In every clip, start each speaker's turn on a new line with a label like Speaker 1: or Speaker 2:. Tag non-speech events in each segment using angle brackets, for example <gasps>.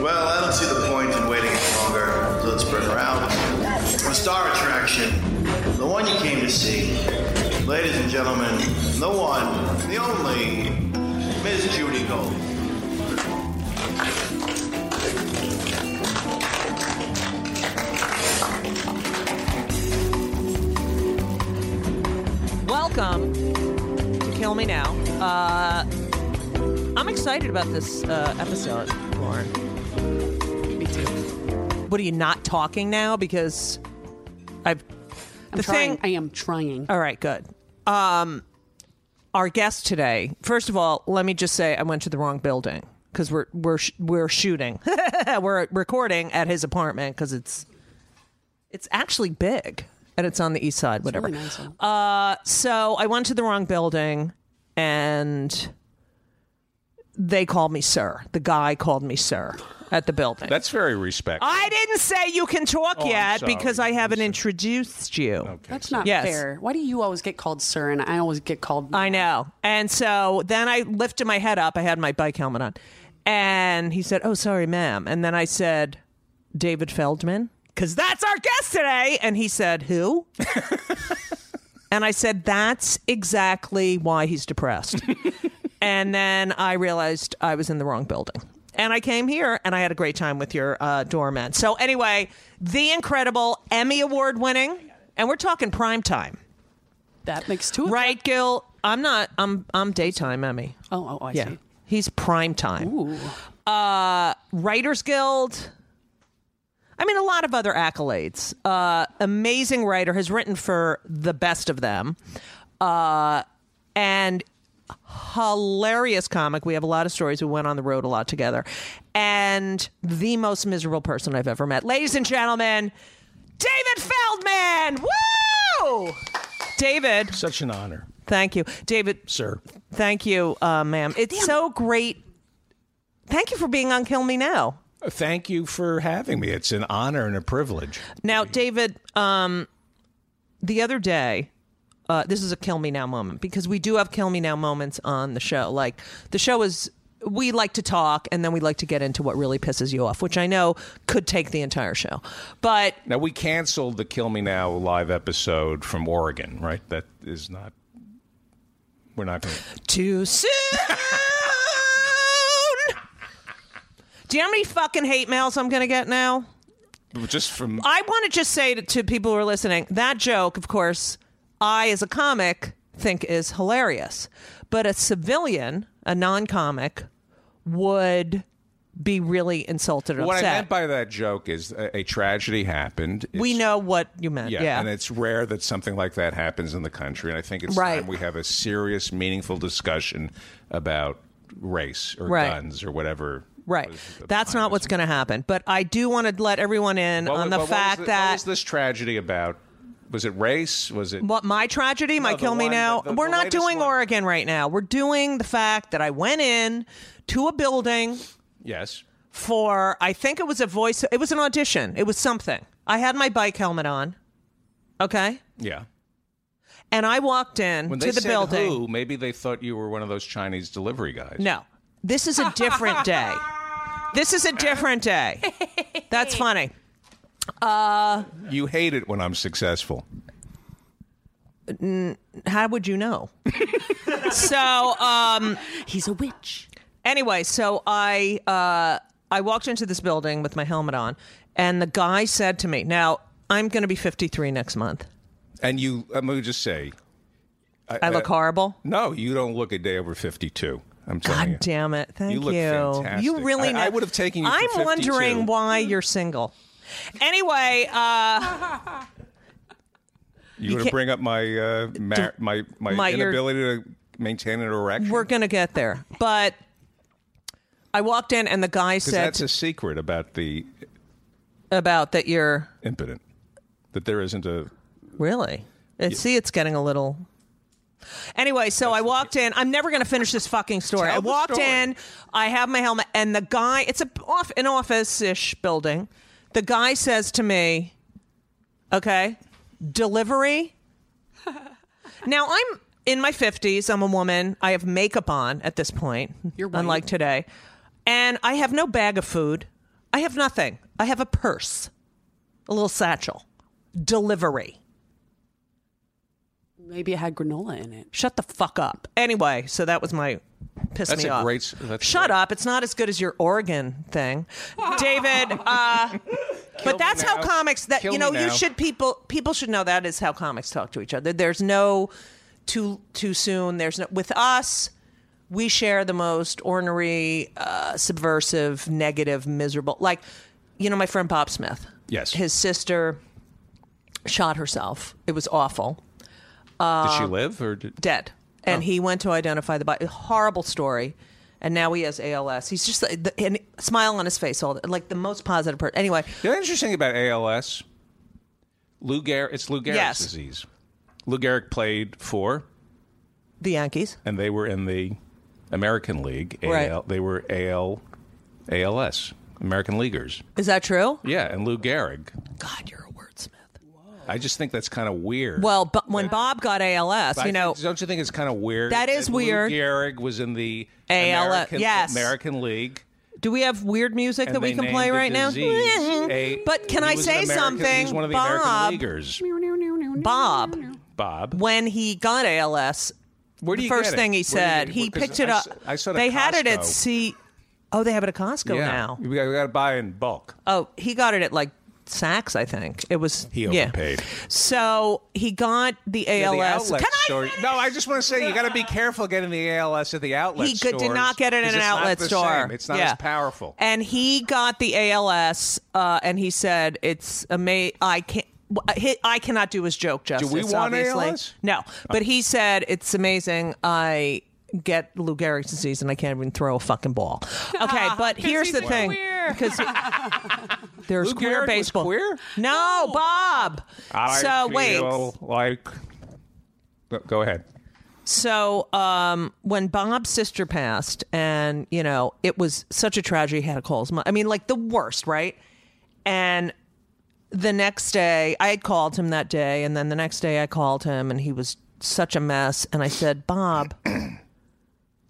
Speaker 1: Well, I don't see the point in waiting any longer, so let's bring her out. The star attraction, the one you came to see. Ladies and gentlemen, the one, the only, Miss Judy Gold.
Speaker 2: Welcome to Kill Me Now. Uh, I'm excited about this uh, episode, Lauren.
Speaker 3: Me too.
Speaker 2: What are you not talking now? Because I've
Speaker 3: I'm
Speaker 2: the
Speaker 3: trying.
Speaker 2: thing.
Speaker 3: I am trying.
Speaker 2: All right, good. Um, our guest today. First of all, let me just say I went to the wrong building because we're we're sh- we're shooting. <laughs> we're recording at his apartment because it's it's actually big and it's on the east side. Whatever. Uh,
Speaker 3: Really nice one.
Speaker 2: so I went to the wrong building and they called me sir. The guy called me sir at the building.
Speaker 4: That's very respectful.
Speaker 2: I didn't say you can talk
Speaker 4: Oh, I'm
Speaker 2: yet
Speaker 4: sorry.
Speaker 2: because I haven't introduced you.
Speaker 3: That's not
Speaker 2: Yes.
Speaker 3: fair. Why do you always get called sir and I always get called?
Speaker 2: I know. And so then I lifted my head up. I had my bike helmet on. And he said, Oh, sorry, ma'am. And then I said, David Feldman, because that's our guest today. And he said, Who? and I said, That's exactly why he's depressed. and then I realized I was in the wrong building. And I came here and I had a great time with your uh, doorman. So, anyway, the incredible Emmy Award winning, and we're talking prime time.
Speaker 3: that makes two. Of
Speaker 2: Right, Gil. I'm not. I'm. I'm daytime Emmy.
Speaker 3: Oh, oh, I see.
Speaker 2: he's prime time. Uh,
Speaker 3: Ooh.
Speaker 2: Writers Guild. I mean, a lot of other accolades. Uh, amazing writer has written for the best of them, uh, and hilarious comic. We have a lot of stories. We went on the road a lot together, and the most miserable person I've ever met, ladies and gentlemen, David Feldman. Woo! David,
Speaker 4: Such an honor,
Speaker 2: thank you, David.
Speaker 4: sir.
Speaker 2: Thank you, uh, ma'am. It's so great. Thank you for being on Kill Me Now.
Speaker 4: Thank you for having me. It's an honor and a privilege.
Speaker 2: Now, David, um, the other day, uh, this is a Kill Me Now moment because we do have Kill Me Now moments on the show. Like, the show is, we like to talk and then we like to get into what really pisses you off, which I know could take the entire show. But
Speaker 4: Now we canceled the Kill Me Now live episode from Oregon, right? That is not. We're not going. to...
Speaker 2: too soon. <laughs> Do you know how many fucking hate mails I'm going to get now?
Speaker 4: Just from
Speaker 2: I want to just say to, to people who are listening that joke, of course, I as a comic think is hilarious, but a civilian, a non-comic, would be really insulted or
Speaker 4: what I
Speaker 2: upset.
Speaker 4: meant by that joke is a, a tragedy happened.
Speaker 2: we
Speaker 4: It's-
Speaker 2: know what you meant.
Speaker 4: Yeah,
Speaker 2: Yeah,
Speaker 4: and it's rare that something like that happens in the country, and I think it's
Speaker 2: Right.
Speaker 4: time we have a serious, meaningful discussion about race or
Speaker 2: Right.
Speaker 4: guns or whatever.
Speaker 2: right.
Speaker 4: was the-
Speaker 2: That's not what's going to happen. But I do want to let everyone in
Speaker 4: What
Speaker 2: on
Speaker 4: was-
Speaker 2: the
Speaker 4: what was
Speaker 2: fact
Speaker 4: thi-
Speaker 2: that
Speaker 4: what was this tragedy about? Was it race? Was it
Speaker 2: What my tragedy, my
Speaker 4: No, the
Speaker 2: kill me
Speaker 4: one-
Speaker 2: now.
Speaker 4: the- the-
Speaker 2: We're
Speaker 4: the
Speaker 2: not
Speaker 4: latest
Speaker 2: doing
Speaker 4: one.
Speaker 2: Oregon right now. We're doing the fact that I went in to a building
Speaker 4: yes?
Speaker 2: for I think it was a voice it was an audition. It was something. I had my bike helmet on. Okay?
Speaker 4: Yeah.
Speaker 2: And I walked in
Speaker 4: When
Speaker 2: to
Speaker 4: they
Speaker 2: the
Speaker 4: said
Speaker 2: building.
Speaker 4: who, maybe they thought you were one of those Chinese delivery guys.
Speaker 2: No. This is a different day. This is a different day. That's funny.
Speaker 4: You hate it when I'm successful.
Speaker 2: How would you know? <laughs> so, um
Speaker 3: He's a witch.
Speaker 2: anyway, so I uh, I walked into this building with my helmet on, and the guy said to me, "Now I'm going to be 53 next month.
Speaker 4: And you, let me just say,
Speaker 2: I look horrible.
Speaker 4: no, you don't look a day over 52. I'm telling you.
Speaker 2: God damn it! Thank you.
Speaker 4: You look fantastic.
Speaker 2: You really.
Speaker 4: I-
Speaker 2: know.
Speaker 4: I would've taken you for
Speaker 2: I'm
Speaker 4: 52.
Speaker 2: wondering why you're single. Anyway, uh,
Speaker 4: You, want to
Speaker 2: can't-
Speaker 4: bring up my uh, mar- my my
Speaker 2: my- your-
Speaker 4: inability to maintain an erection?
Speaker 2: We're gonna get there, but I walked in and the guy
Speaker 4: 'Cause
Speaker 2: said
Speaker 4: that's a secret about the
Speaker 2: about that you're
Speaker 4: impotent, that there isn't a.
Speaker 2: Really? It, See, it's getting a little. Anyway, so I walked in. I'm never going to finish this fucking story.
Speaker 4: Tell
Speaker 2: I
Speaker 4: the
Speaker 2: walked
Speaker 4: story.
Speaker 2: in. I have my helmet, and the guy. It's a off an office ish building. The guy says to me, "Okay,
Speaker 4: <laughs>
Speaker 2: delivery." now I'm in my 50s. I'm a woman. I have makeup on at this point,
Speaker 3: You're white.
Speaker 2: unlike today, and I have no bag of food. I have nothing. I have a purse, a little satchel. Delivery.
Speaker 3: Maybe it had granola in it.
Speaker 2: Shut the fuck up. Anyway, so that was my piss
Speaker 4: That's
Speaker 2: me
Speaker 4: a
Speaker 2: off.
Speaker 4: great- that's
Speaker 2: Shut
Speaker 4: great.
Speaker 2: up. It's not as good as your Oregon
Speaker 4: <laughs>
Speaker 2: thing, David. Uh, but that's how
Speaker 4: now.
Speaker 2: comics. That
Speaker 4: Kill
Speaker 2: you know,
Speaker 4: me
Speaker 2: you
Speaker 4: now.
Speaker 2: should people people should know that is how comics talk to each other. There's no too too soon. There's no with us. We share the most ornery, uh, subversive, negative, miserable. Like, you know, my friend Bob Smith.
Speaker 4: Yes.
Speaker 2: His sister shot herself. It was awful
Speaker 4: did
Speaker 2: Uh,
Speaker 4: she live or did,
Speaker 2: dead.
Speaker 4: Oh.
Speaker 2: And he went to identify the body. Horrible story. And now he has ALS. He's just like, the, and smile on his face, all the, like the most positive person. Anyway,
Speaker 4: The other interesting thing about ALS, Lou Gehrig, it's Lou Gehrig's
Speaker 2: Yes.
Speaker 4: disease. Lou Gehrig played for,
Speaker 2: the Yankees.
Speaker 4: and they were in the American League. AL,
Speaker 2: Right.
Speaker 4: They were AL, ALS, American Leaguers.
Speaker 2: Is that true?
Speaker 4: Yeah, and Lou Gehrig.
Speaker 2: God, you're a wordsmith.
Speaker 4: I just think that's kind of weird.
Speaker 2: Well, but when Bob got ALS,
Speaker 4: I
Speaker 2: you know,
Speaker 4: think- don't you think it's kind of weird?
Speaker 2: That is weird.
Speaker 4: Lou Gehrig was in the
Speaker 2: ALS,
Speaker 4: American,
Speaker 2: yes.
Speaker 4: American League.
Speaker 2: do we have weird music
Speaker 4: and
Speaker 2: that we
Speaker 4: they
Speaker 2: can
Speaker 4: named
Speaker 2: play
Speaker 4: the
Speaker 2: right now?
Speaker 4: disease a-
Speaker 2: but can
Speaker 4: he
Speaker 2: I
Speaker 4: was an
Speaker 2: say
Speaker 4: American-
Speaker 2: something?
Speaker 4: He's one of the
Speaker 2: Bob,
Speaker 4: American Leaguers.
Speaker 2: Bob,
Speaker 4: Bob.
Speaker 2: when he got ALS,
Speaker 4: Where do
Speaker 2: the
Speaker 4: you
Speaker 2: first
Speaker 4: get it?
Speaker 2: thing he
Speaker 4: Where do you
Speaker 2: said,
Speaker 4: get
Speaker 2: he
Speaker 4: Because
Speaker 2: picked it
Speaker 4: I
Speaker 2: up.
Speaker 4: s- I saw it at
Speaker 2: they had it at
Speaker 4: Costco.
Speaker 2: C. Oh, they have it at Costco
Speaker 4: yeah.
Speaker 2: now.
Speaker 4: We got, we got to buy in bulk.
Speaker 2: Oh, he got it at like Saks, I think. It was
Speaker 4: He
Speaker 2: yeah.
Speaker 4: overpaid.
Speaker 2: So he got the
Speaker 4: Yeah,
Speaker 2: ALS.
Speaker 4: the outlet
Speaker 2: Can I
Speaker 4: store.
Speaker 2: finish?
Speaker 4: No, I just want to say you got to be careful getting the ALS at the outlet.
Speaker 2: He could, did
Speaker 4: stores,
Speaker 2: not get it in
Speaker 4: 'cause
Speaker 2: an
Speaker 4: it's not
Speaker 2: outlet
Speaker 4: the
Speaker 2: store.
Speaker 4: same. It's not
Speaker 2: Yeah.
Speaker 4: as powerful.
Speaker 2: And he got the ALS, uh, and he said it's ama- I can't. wh- he- I cannot do his joke justice.
Speaker 4: we want
Speaker 2: obviously.
Speaker 4: ALS?
Speaker 2: No, but he said it's amazing. I get Lou Gehrig's disease and I can't even throw a fucking
Speaker 3: <laughs>
Speaker 2: ball. Okay, but here's
Speaker 3: he's
Speaker 2: the
Speaker 3: a
Speaker 2: thing: <laughs>
Speaker 3: queer.
Speaker 2: because there's
Speaker 4: Lou
Speaker 2: queer
Speaker 4: Gehrig was
Speaker 2: baseball.
Speaker 4: queer?
Speaker 2: No, Bob.
Speaker 4: I
Speaker 2: so wait.
Speaker 4: feel like Go- go ahead.
Speaker 2: So um, when Bob's sister passed, and you know it was such a tragedy, he had to call his mom. I mean, like the worst, right? And the next day, I had called him that day, and then the next day, I called him, and he was such a mess. And I said, Bob, <clears throat>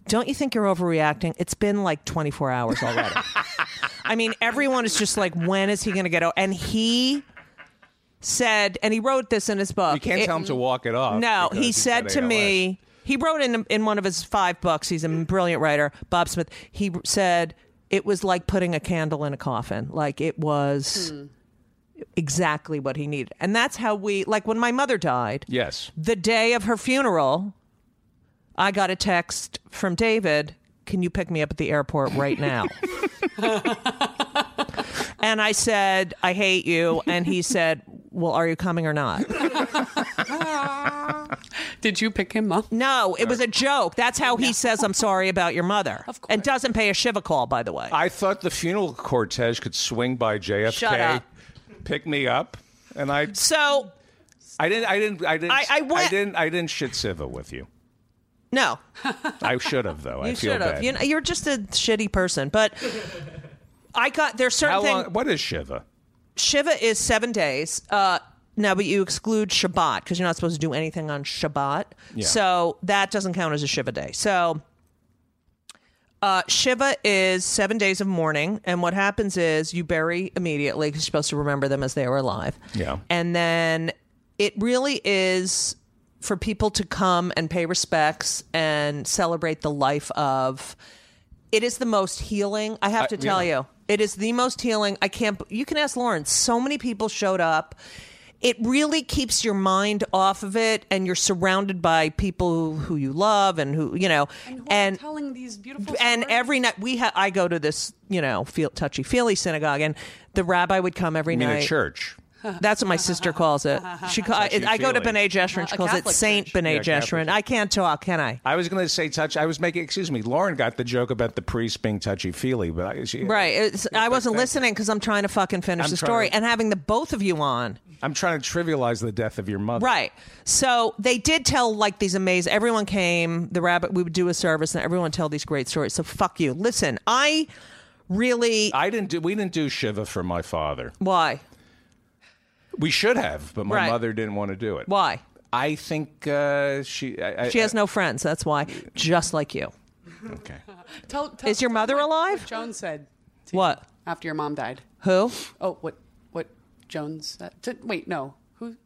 Speaker 2: don't you think you're overreacting? It's been like 24 hours already. <laughs> I mean, everyone is just like, when is he going to get out? And he said, and he wrote this in his book.
Speaker 4: You can't
Speaker 2: Uh, It-
Speaker 4: tell him to walk it off.
Speaker 2: no,
Speaker 4: because
Speaker 2: he
Speaker 4: he's
Speaker 2: said
Speaker 4: got
Speaker 2: to me, he wrote in in one of his five books. He's a brilliant writer, Bob Smith. He said it was like putting a candle in a coffin. Like it was exactly what he needed, and that's how we. Like when my mother died,
Speaker 4: Yes.
Speaker 2: the day of her funeral, I got a text from David. Can you pick me up at the airport right now? and I said, I hate you. And he said, Well, are you coming or not?
Speaker 3: Did you pick him up?
Speaker 2: No, it was a joke. That's how he says, I'm sorry about your mother.
Speaker 3: Of
Speaker 2: And
Speaker 3: course.
Speaker 2: doesn't pay a Shiva call, by the way.
Speaker 4: I thought the funeral cortege could swing by JFK,
Speaker 2: Shut up.
Speaker 4: pick me up, and I,
Speaker 2: so,
Speaker 4: I didn't, I didn't, I didn't,
Speaker 2: I- I went-
Speaker 4: didn't, I didn't shit Siva with you.
Speaker 2: no, <laughs>
Speaker 4: I should have though. I
Speaker 2: you
Speaker 4: feel
Speaker 2: should have.
Speaker 4: bad.
Speaker 2: You know, you're just a shitty person. But I got, there's certain
Speaker 4: How long?
Speaker 2: things.
Speaker 4: What is Shiva?
Speaker 2: Shiva is seven days. Uh, now, but you exclude Shabbat because you're not supposed to do anything on Shabbat.
Speaker 4: Yeah.
Speaker 2: So that doesn't count as a Shiva day. So uh, Shiva is seven days of mourning. And what happens is you bury immediately because you're supposed to remember them as they were alive.
Speaker 4: Yeah.
Speaker 2: And then it really is for people to come and pay respects and celebrate the life of. It is the most healing. I have to tell you, it is the most healing. I can't. You can ask Lauren. So many people showed up. It really keeps your mind off of it, and you're surrounded by people who you love and who you know.
Speaker 3: And, who are
Speaker 2: And
Speaker 3: telling these beautiful
Speaker 2: and
Speaker 3: stories?
Speaker 2: every night we ha- I go to this you know feel, touchy feely synagogue, and the rabbi would come every
Speaker 4: I mean,
Speaker 2: night.
Speaker 4: a church.
Speaker 2: That's what my sister calls
Speaker 3: <laughs>
Speaker 2: it. She call, I,
Speaker 4: you
Speaker 2: I go to
Speaker 4: feel
Speaker 2: B'nai Jeshurun. She
Speaker 3: a
Speaker 2: calls it
Speaker 3: Catholic
Speaker 2: Saint
Speaker 3: church.
Speaker 2: B'nai
Speaker 4: Yeah, Catholic
Speaker 2: Jeshurun. I can't talk, can I?
Speaker 4: I was going to say touch. I was making. Excuse me. Lauren got the joke about the priest being touchy feely, but I, she,
Speaker 2: Right. It's, I wasn't
Speaker 4: thank you.
Speaker 2: listening because I'm trying to fucking finish
Speaker 4: I'm
Speaker 2: the
Speaker 4: trying
Speaker 2: story
Speaker 4: to-
Speaker 2: and having the both of you on.
Speaker 4: I'm trying to trivialize the death of your mother.
Speaker 2: Right. So they did tell like these amazing. Everyone came. The rabbit. We would do a service, and everyone tell these great stories. So fuck you. Listen, I really
Speaker 4: I didn't do. We didn't do shiva for my father.
Speaker 2: why
Speaker 4: We should have, but my
Speaker 2: Right.
Speaker 4: mother didn't want to do it.
Speaker 2: why
Speaker 4: I think uh, she. I, I-
Speaker 2: she has no friends. That's why. Just like you.
Speaker 4: Okay.
Speaker 3: Tell, tell,
Speaker 2: Is your
Speaker 3: tell
Speaker 2: mother
Speaker 3: what
Speaker 2: alive?
Speaker 3: Joan said to you
Speaker 2: What?
Speaker 3: after your mom died.
Speaker 2: Who?
Speaker 3: Oh, what? What Joan said? t- wait, no. Who?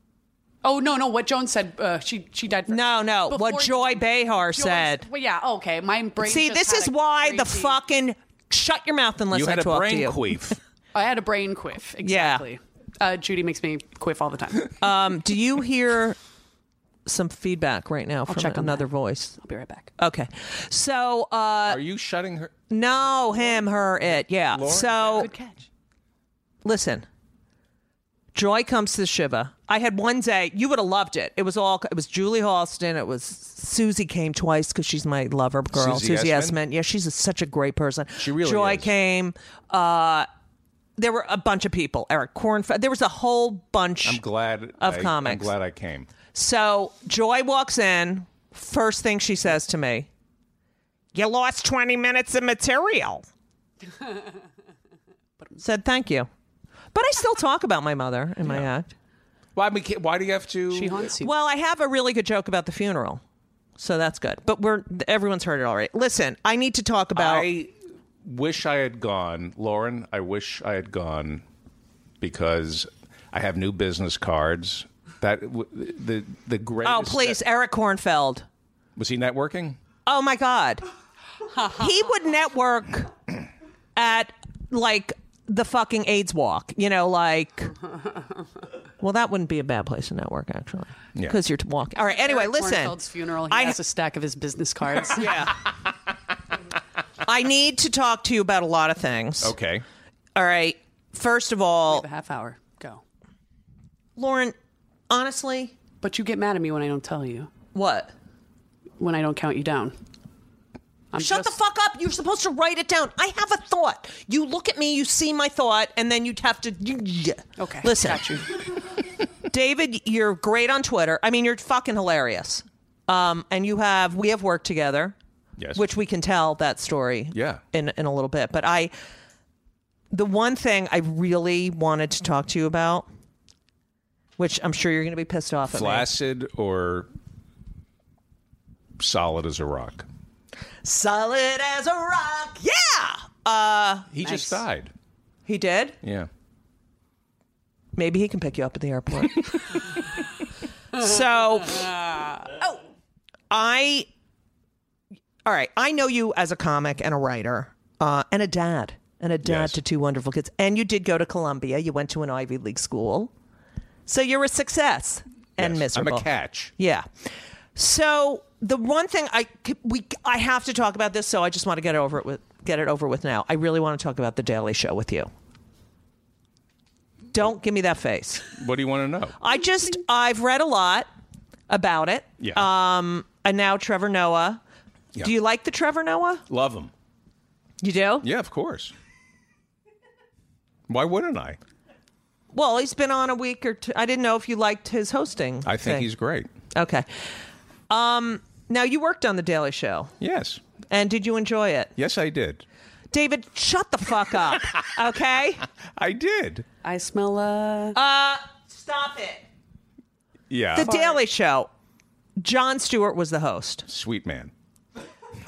Speaker 3: Oh no, no. What Joan said? Uh, she she died. First.
Speaker 2: No, no, what Joy Behar
Speaker 3: Joy's-
Speaker 2: said.
Speaker 3: Well, yeah. Okay, my brain.
Speaker 2: See,
Speaker 3: just
Speaker 2: this
Speaker 3: had
Speaker 2: is
Speaker 3: a
Speaker 2: why the
Speaker 3: crazy-
Speaker 2: fucking shut your mouth unless
Speaker 4: You had
Speaker 2: I
Speaker 4: a
Speaker 2: talk to
Speaker 4: brain
Speaker 2: you.
Speaker 4: queef.
Speaker 3: I had a brain quiff. Exactly. Uh, Judy makes me quiff all the time.
Speaker 2: Um, Do you hear some feedback right now from
Speaker 3: check on
Speaker 2: another
Speaker 3: that.
Speaker 2: voice?
Speaker 3: I'll be right back.
Speaker 2: Okay. So, uh,
Speaker 4: Are you shutting her?
Speaker 2: no, him, her, it. Yeah.
Speaker 4: Lauren?
Speaker 2: So,
Speaker 3: Good catch.
Speaker 2: listen. Joy comes to Shiva. I had one day. You would have loved it. It was all. It was Julie Halston. It was Susie came twice because she's my lover girl.
Speaker 4: Susie
Speaker 2: Susie,
Speaker 4: Essman?
Speaker 2: Essman. Yeah, she's a, such a great person.
Speaker 4: She really
Speaker 2: Joy
Speaker 4: is.
Speaker 2: came. Uh, there were a bunch of people. Eric Corn. There was a whole bunch.
Speaker 4: I'm glad.
Speaker 2: Of
Speaker 4: I, I'm
Speaker 2: comics.
Speaker 4: glad I came.
Speaker 2: So Joy walks in. First thing she says to me, You lost 20 minutes of material. <laughs> Said thank you. But I still talk about my mother in my act.
Speaker 4: Why? We can't, why do you have to?
Speaker 3: She haunts you.
Speaker 2: Well, I have a really good joke about the funeral. So that's good. But we're everyone's heard it already. Listen, I need to talk about
Speaker 4: I wish I had gone, Lauren. I wish I had gone because I have new business cards. That w- the the greatest.
Speaker 2: Oh, please, Eric Kornfeld.
Speaker 4: was he networking?
Speaker 2: Oh my God. he would network at like the fucking AIDS walk, you know, like. Well, that wouldn't be a bad place to network, actually,
Speaker 4: Yeah.
Speaker 2: because you're t- walking. All right. Anyway,
Speaker 3: Eric
Speaker 2: listen.
Speaker 3: Kornfeld's funeral. He
Speaker 2: I-
Speaker 3: has
Speaker 2: <laughs>
Speaker 3: a stack of his business <laughs> cards.
Speaker 2: Yeah. I need to talk to you about a lot of things.
Speaker 4: Okay.
Speaker 2: All right. First of all,
Speaker 3: a half hour. Go.
Speaker 2: Lauren, honestly,
Speaker 3: But you get mad at me when I don't tell you.
Speaker 2: what?
Speaker 3: When I don't count you down. I'm
Speaker 2: Shut
Speaker 3: just-
Speaker 2: the fuck up. You're supposed to write it down. I have a thought. You look at me, you see my thought, and then you'd have to.
Speaker 3: Okay.
Speaker 2: Listen.
Speaker 3: Got you.
Speaker 2: <laughs> David, you're great on Twitter. I mean, you're fucking hilarious. Um, and you have we have worked together,
Speaker 4: Yes.
Speaker 2: which we can tell that story.
Speaker 4: Yeah.
Speaker 2: In in a little bit, but I, the one thing I really wanted to talk to you about, which I'm sure you're going to be pissed off at
Speaker 4: flaccid or solid as a rock.
Speaker 2: me. Solid as a rock. Yeah. Uh,
Speaker 4: He just died.
Speaker 2: he did.
Speaker 4: Yeah.
Speaker 2: Maybe he can pick you up at the airport. so, oh, I, all right, I know you as a comic and a writer uh, and a dad and a dad
Speaker 4: Yes.
Speaker 2: to two wonderful kids. And you did go to Columbia, you went to an Ivy League school. So you're a success and
Speaker 4: Yes.
Speaker 2: miserable.
Speaker 4: I'm a catch.
Speaker 2: Yeah. So the one thing I c- we I have to talk about this, so I just want to get over it with get it over with now. I really want to talk about the Daily Show with you. Don't give me that face.
Speaker 4: What do you want to know?
Speaker 2: I just I've read a lot about it.
Speaker 4: Yeah.
Speaker 2: Um, and now Trevor Noah.
Speaker 4: Yeah.
Speaker 2: Do you like the Trevor Noah?
Speaker 4: Love him.
Speaker 2: You do?
Speaker 4: Yeah, of course. Why wouldn't I?
Speaker 2: Well, he's been on a week or two. I didn't know if you liked his hosting.
Speaker 4: I think
Speaker 2: thing.
Speaker 4: he's great.
Speaker 2: okay. Um, now you worked on the Daily Show,
Speaker 4: Yes.
Speaker 2: and did you enjoy it?
Speaker 4: Yes, I did.
Speaker 2: David, shut the fuck up. Okay?
Speaker 4: I did.
Speaker 3: I smell uh
Speaker 2: Stop it.
Speaker 4: Yeah.
Speaker 2: The Daily Show. John Stewart was the host.
Speaker 4: Sweet man.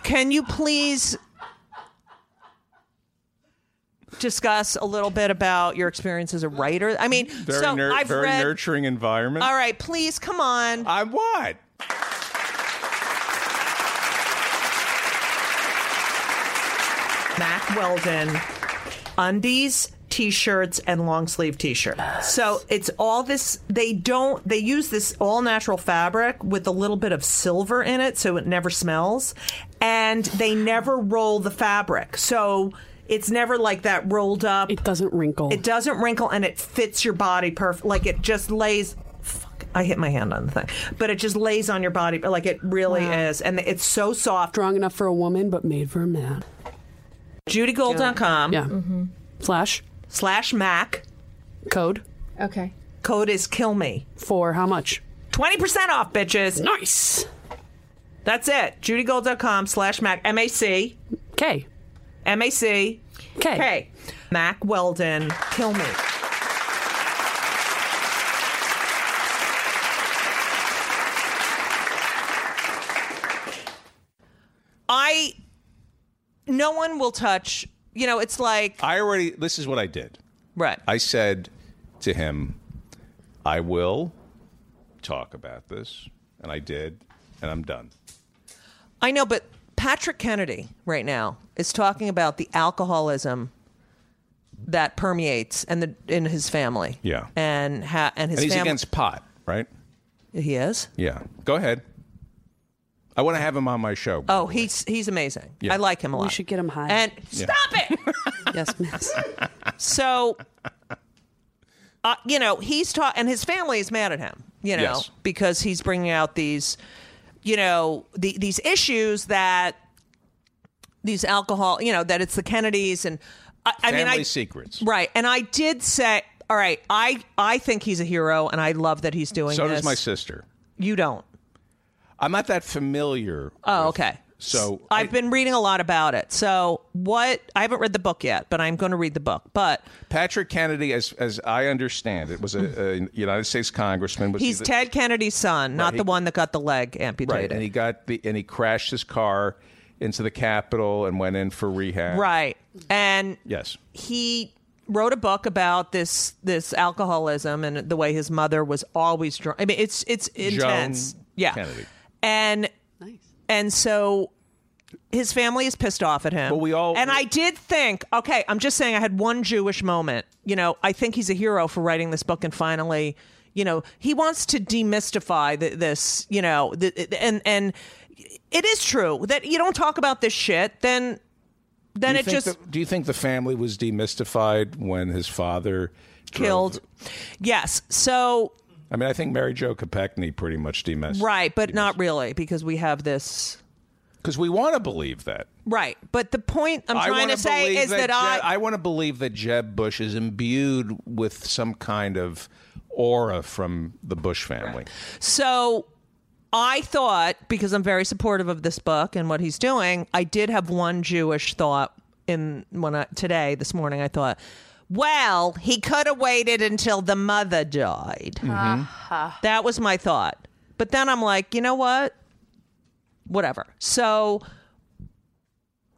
Speaker 2: Can you please discuss a little bit about your experience as a writer? I mean,
Speaker 4: Very,
Speaker 2: so
Speaker 4: nur-
Speaker 2: I've
Speaker 4: very
Speaker 2: read.
Speaker 4: nurturing environment.
Speaker 2: All right, please come on.
Speaker 4: I what?
Speaker 2: Mac Weldon undies, t-shirts and long sleeve t-shirt. So it's all this they don't they use this all natural fabric with a little bit of silver in it so it never smells and they never roll the fabric. So It's never like that rolled up.
Speaker 3: It doesn't wrinkle.
Speaker 2: It doesn't wrinkle and it fits your body perfect. Like it just lays. Fuck, I hit my hand on the thing, but it just lays on your body. But like it really is, and it's so soft.
Speaker 3: Strong enough for a woman, but made for a man.
Speaker 2: JudyGold.com
Speaker 3: Yeah. Flash
Speaker 2: slash Mac
Speaker 3: code
Speaker 5: Okay.
Speaker 2: code is kill me
Speaker 3: for how much?
Speaker 2: twenty percent off, bitches.
Speaker 3: Nice.
Speaker 2: That's it. JudyGold.com slash Mac M A C
Speaker 3: K.
Speaker 2: M A C
Speaker 3: K.
Speaker 2: K Mac Weldon kill me. I no one will touch. You know, it's like
Speaker 4: I already. This is what I did.
Speaker 2: right.
Speaker 4: I said to him, I will talk about this. And I did. And I'm done.
Speaker 2: I know, but Patrick Kennedy right now is talking about the alcoholism that permeates and the in his family.
Speaker 4: Yeah.
Speaker 2: and ha- and his
Speaker 4: and he's
Speaker 2: family.
Speaker 4: against pot, right?
Speaker 2: he is.
Speaker 4: Yeah. Go ahead. I want to have him on my show.
Speaker 2: Oh, he's he's amazing.
Speaker 4: Yeah.
Speaker 2: I like him a lot.
Speaker 3: We should get him high.
Speaker 2: and stop it.
Speaker 3: yes, miss. <laughs>
Speaker 2: So, uh, you know, he's taught, and his family is mad at him, you know,
Speaker 4: Yes.
Speaker 2: because he's bringing out these, you know, the, these issues that these alcohol, you know, that it's the Kennedys and I, I mean,
Speaker 4: Family
Speaker 2: I,
Speaker 4: secrets.
Speaker 2: right? And I did say, all right, I I think he's a hero, and I love that he's doing.
Speaker 4: So
Speaker 2: this.
Speaker 4: does my sister.
Speaker 2: You don't.
Speaker 4: I'm not that familiar.
Speaker 2: Oh,
Speaker 4: with-
Speaker 2: okay.
Speaker 4: So
Speaker 2: I've
Speaker 4: I-
Speaker 2: been reading a lot about it. So what? I haven't read the book yet, but I'm going to read the book. But
Speaker 4: Patrick Kennedy, as as I understand it, was a, a United States congressman. Was
Speaker 2: he's
Speaker 4: the-
Speaker 2: Ted Kennedy's son, not
Speaker 4: he-
Speaker 2: the one that got the leg amputated.
Speaker 4: right? And he got the and he crashed his car into the Capitol and went in for rehab.
Speaker 2: Right. And
Speaker 4: Yes.
Speaker 2: he wrote a book about this this alcoholism and the way his mother was always drunk. I mean, it's it's intense. yeah.
Speaker 4: Kennedy.
Speaker 2: And
Speaker 3: nice.
Speaker 2: and so his family is pissed off at him.
Speaker 4: But we all-
Speaker 2: and I did think, okay, I'm just saying, I had one Jewish moment. You know, I think he's a hero for writing this book, and finally, you know, he wants to demystify th- this. You know, th- and and it is true that you don't talk about this shit, then then
Speaker 4: Do you
Speaker 2: it
Speaker 4: think
Speaker 2: just
Speaker 4: the- do you think the family was demystified when his father drove-
Speaker 2: killed. Yes, so
Speaker 4: I mean, I think Mary Jo Kopechne pretty much demystified.
Speaker 2: right, but not really because we have this.
Speaker 4: Because we want to believe that.
Speaker 2: Right, but the point I'm
Speaker 4: I
Speaker 2: trying
Speaker 4: want
Speaker 2: to say
Speaker 4: believe
Speaker 2: is that,
Speaker 4: Jeb-
Speaker 2: I,
Speaker 4: want to believe that Jeb Bush is imbued with some kind of aura from the Bush family.
Speaker 2: So I thought, because I'm very supportive of this book and what he's doing, I did have one Jewish thought in when I, today, this morning, I thought, well, he could have waited until the mother died. That was my thought. But then I'm like, you know what? Whatever. So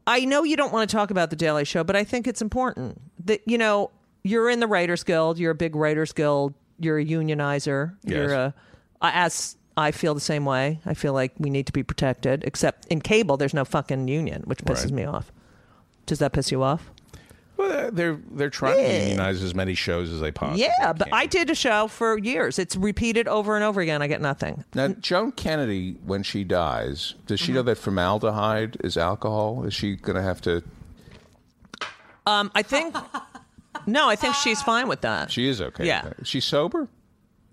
Speaker 2: I know you don't want to talk about the Daily Show, but I think it's important that, you know, you're in the Writers Guild, you're a big Writers Guild, you're a unionizer, you're a, I- as I feel the same way. I feel like we need to be protected, except in cable, there's no fucking union, which pisses
Speaker 4: Right.
Speaker 2: me off. Does that piss you off?
Speaker 4: Well, they're they're trying to unionize as many shows as they possibly
Speaker 2: Yeah, but
Speaker 4: can.
Speaker 2: I did a show for years. It's repeated over and over again. I get nothing.
Speaker 4: Now, Joan Kennedy, when she dies, does she know
Speaker 2: Mm-hmm.
Speaker 4: that formaldehyde is alcohol? Is she going to have to?
Speaker 2: Um, I think no, I think she's fine with that.
Speaker 4: She is okay. with
Speaker 2: Yeah.
Speaker 4: that. Is she sober?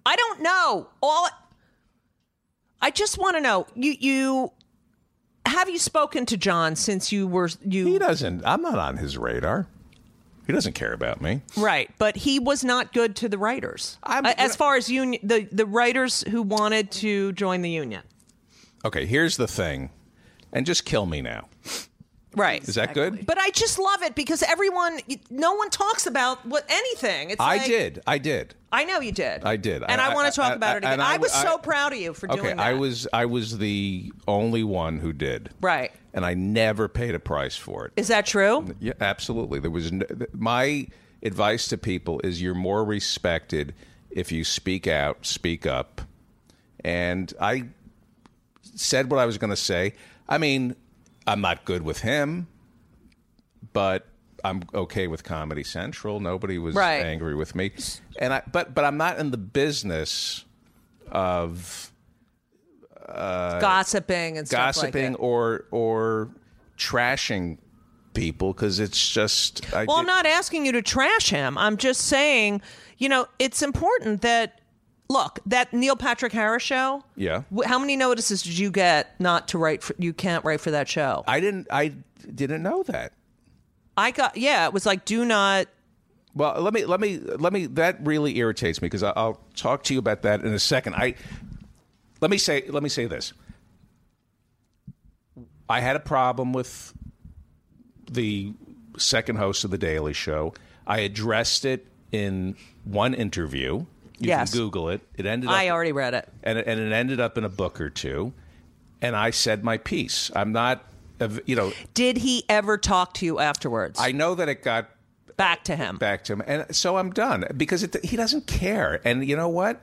Speaker 2: I don't know. All I just want to know you you have you spoken to John since you were
Speaker 4: He
Speaker 2: you
Speaker 4: doesn't. I'm not on his radar. He doesn't care about me.
Speaker 2: right, but he was not good to the writers
Speaker 4: I'm-
Speaker 2: Uh, as far as union the the writers who wanted to join the union.
Speaker 4: Okay, here's the thing, and just kill me now.
Speaker 2: Right.
Speaker 4: Is that good?
Speaker 2: but I just love it because everyone, no one talks about what anything. It's
Speaker 4: I
Speaker 2: like-
Speaker 4: did. I did.
Speaker 2: I know you did.
Speaker 4: I did.
Speaker 2: and I, want to talk
Speaker 4: I-
Speaker 2: about it again.
Speaker 4: and
Speaker 2: I, was so
Speaker 4: I-
Speaker 2: proud of you for
Speaker 4: okay,
Speaker 2: doing that.
Speaker 4: I was I was the only one who did.
Speaker 2: Right.
Speaker 4: And I never paid a price for it.
Speaker 2: Is that true?
Speaker 4: Yeah, absolutely. There was no, th- my advice to people is you're more respected if you speak out, speak up. And I said what I was going to say. I mean, I'm not good with him, but I'm okay with Comedy Central. Nobody was
Speaker 2: Right.
Speaker 4: angry with me. And I but but I'm not in the business of
Speaker 2: Gossiping and stuff like
Speaker 4: gossiping
Speaker 2: that.
Speaker 4: or or trashing people because it's just. I
Speaker 2: Well, I'm
Speaker 4: did-
Speaker 2: not asking you to trash him. I'm just saying, you know, it's important that look that Neil Patrick Harris show.
Speaker 4: Yeah.
Speaker 2: wh- How many notices did you get not to write? For, you can't write for that show.
Speaker 4: I didn't. I didn't know that.
Speaker 2: I got yeah. It was like do not.
Speaker 4: Well, let me let me let me. That really irritates me because I'll talk to you about that in a second. I let me say let me say this. I had a problem with the second host of the Daily Show. I addressed it in one interview. You
Speaker 2: Yes.
Speaker 4: can Google it. It ended.
Speaker 2: I
Speaker 4: up,
Speaker 2: already read it.
Speaker 4: and it, and it ended up in a book or two. And I said my piece. I'm not, you know.
Speaker 2: Did he ever talk to you afterwards?
Speaker 4: I know that it got
Speaker 2: back to him.
Speaker 4: back to him. And so I'm done because it, he doesn't care. And you know what?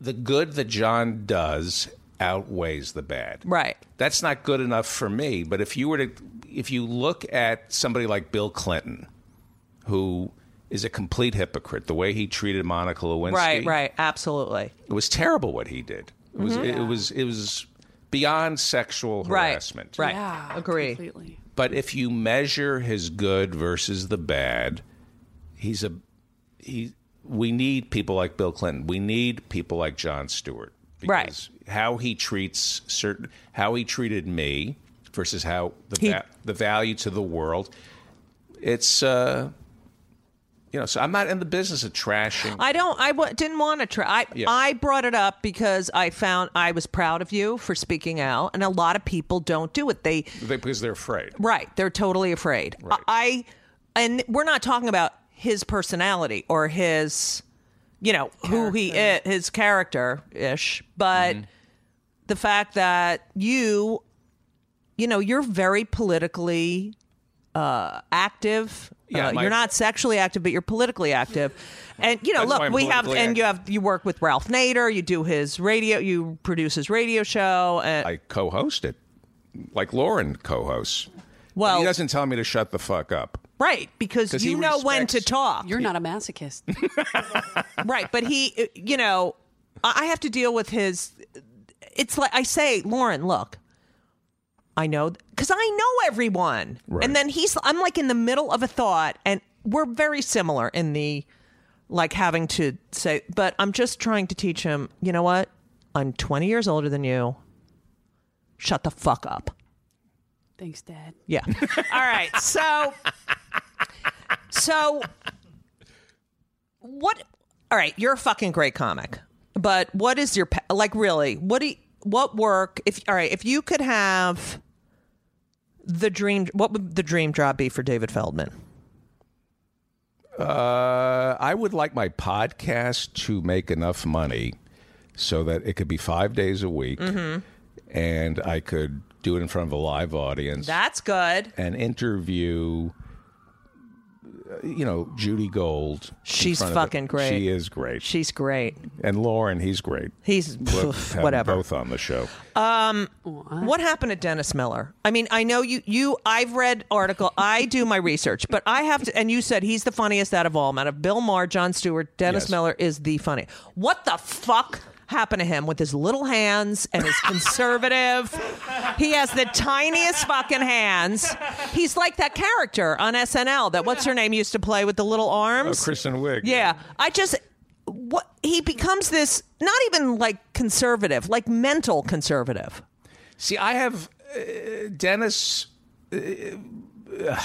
Speaker 4: The good that John does outweighs the bad.
Speaker 2: Right.
Speaker 4: That's not good enough for me. But if you were to, if you look at somebody like Bill Clinton, who is a complete hypocrite, the way he treated Monica Lewinsky,
Speaker 2: Right, right, absolutely.
Speaker 4: It was terrible what he did. It was, it, was, it was beyond sexual
Speaker 2: Right,
Speaker 4: harassment.
Speaker 2: right.
Speaker 3: Yeah,
Speaker 2: Agree.
Speaker 3: Completely.
Speaker 4: But if you measure his good versus the bad, he's a he. We need people like Bill Clinton. We need people like John Stewart.
Speaker 2: Right.
Speaker 4: because How he treats certain, how he treated me versus how the
Speaker 2: He-
Speaker 4: va- the value to the world. It's uh, you know. So I'm not in the business of trashing.
Speaker 2: I don't. I w- didn't want to try. I,
Speaker 4: Yeah.
Speaker 2: I brought it up because I found I was proud of you for speaking out, and a lot of people don't do it. They
Speaker 4: They- because they're afraid.
Speaker 2: Right. They're totally afraid.
Speaker 4: Right.
Speaker 2: I, I- and we're not talking about his personality or his, you know, who he is, his character ish, but
Speaker 4: Mm-hmm.
Speaker 2: the fact that you, you know, you're very politically uh, active.
Speaker 4: Yeah,
Speaker 2: uh,
Speaker 4: my-
Speaker 2: you're not sexually active, but you're politically active. And you know,
Speaker 4: That's why
Speaker 2: look,
Speaker 4: I'm
Speaker 2: we have,
Speaker 4: politically
Speaker 2: and you have, you work with Ralph Nader. You do his radio, you produce his radio show, and
Speaker 4: I co-host it, like Lauren co-hosts.
Speaker 2: well,
Speaker 4: he doesn't tell me to shut the fuck up.
Speaker 2: right, because
Speaker 4: 'Cause
Speaker 2: you
Speaker 4: he
Speaker 2: know when to
Speaker 4: respects-
Speaker 2: talk.
Speaker 3: You're not a <laughs> masochist.
Speaker 2: right but he uh, you know i I have to deal with his it's like i say lauren look i know because i know everyone
Speaker 4: Right.
Speaker 2: and then he's i'm like in the middle of a thought and we're very similar in the like having to say but i'm just trying to teach him you know what i'm 20 years older than you shut the fuck up
Speaker 3: Thanks, Dad.
Speaker 2: yeah. <laughs> All right. So, so what? All right. You're a fucking great comic, but what is your pa- like? Really? What do? You, what work? If all right, if you could have the dream, what would the dream job be for David Feldman?
Speaker 4: Uh, I would like my podcast to make enough money so that it could be five days a week
Speaker 2: Mm-hmm.
Speaker 4: and I could do it in front of a live audience
Speaker 2: That's good.
Speaker 4: and interview, uh, you know, Judy Gold. in
Speaker 2: She's
Speaker 4: front of
Speaker 2: fucking great.
Speaker 4: She is great.
Speaker 2: She's great.
Speaker 4: and Lauren, he's great.
Speaker 2: He's <laughs>
Speaker 4: Love having
Speaker 2: whatever.
Speaker 4: Both on the show.
Speaker 2: What happened to Dennis Miller? I mean, I know you. You, I've read article. I do my research, but I have to. And you said he's the funniest out of all. them. Out of Bill Maher, John Stewart, Dennis
Speaker 4: Yes.
Speaker 2: Miller is the funniest. What the fuck happened to him with his little hands and his conservative? he has the tiniest fucking hands. He's like that character on SNL that what's her name used to play with the little arms.
Speaker 4: Oh, Kristen Wiig.
Speaker 2: Yeah, I just what he becomes this not even like conservative, like mental conservative.
Speaker 4: See, I have uh, Dennis. Uh,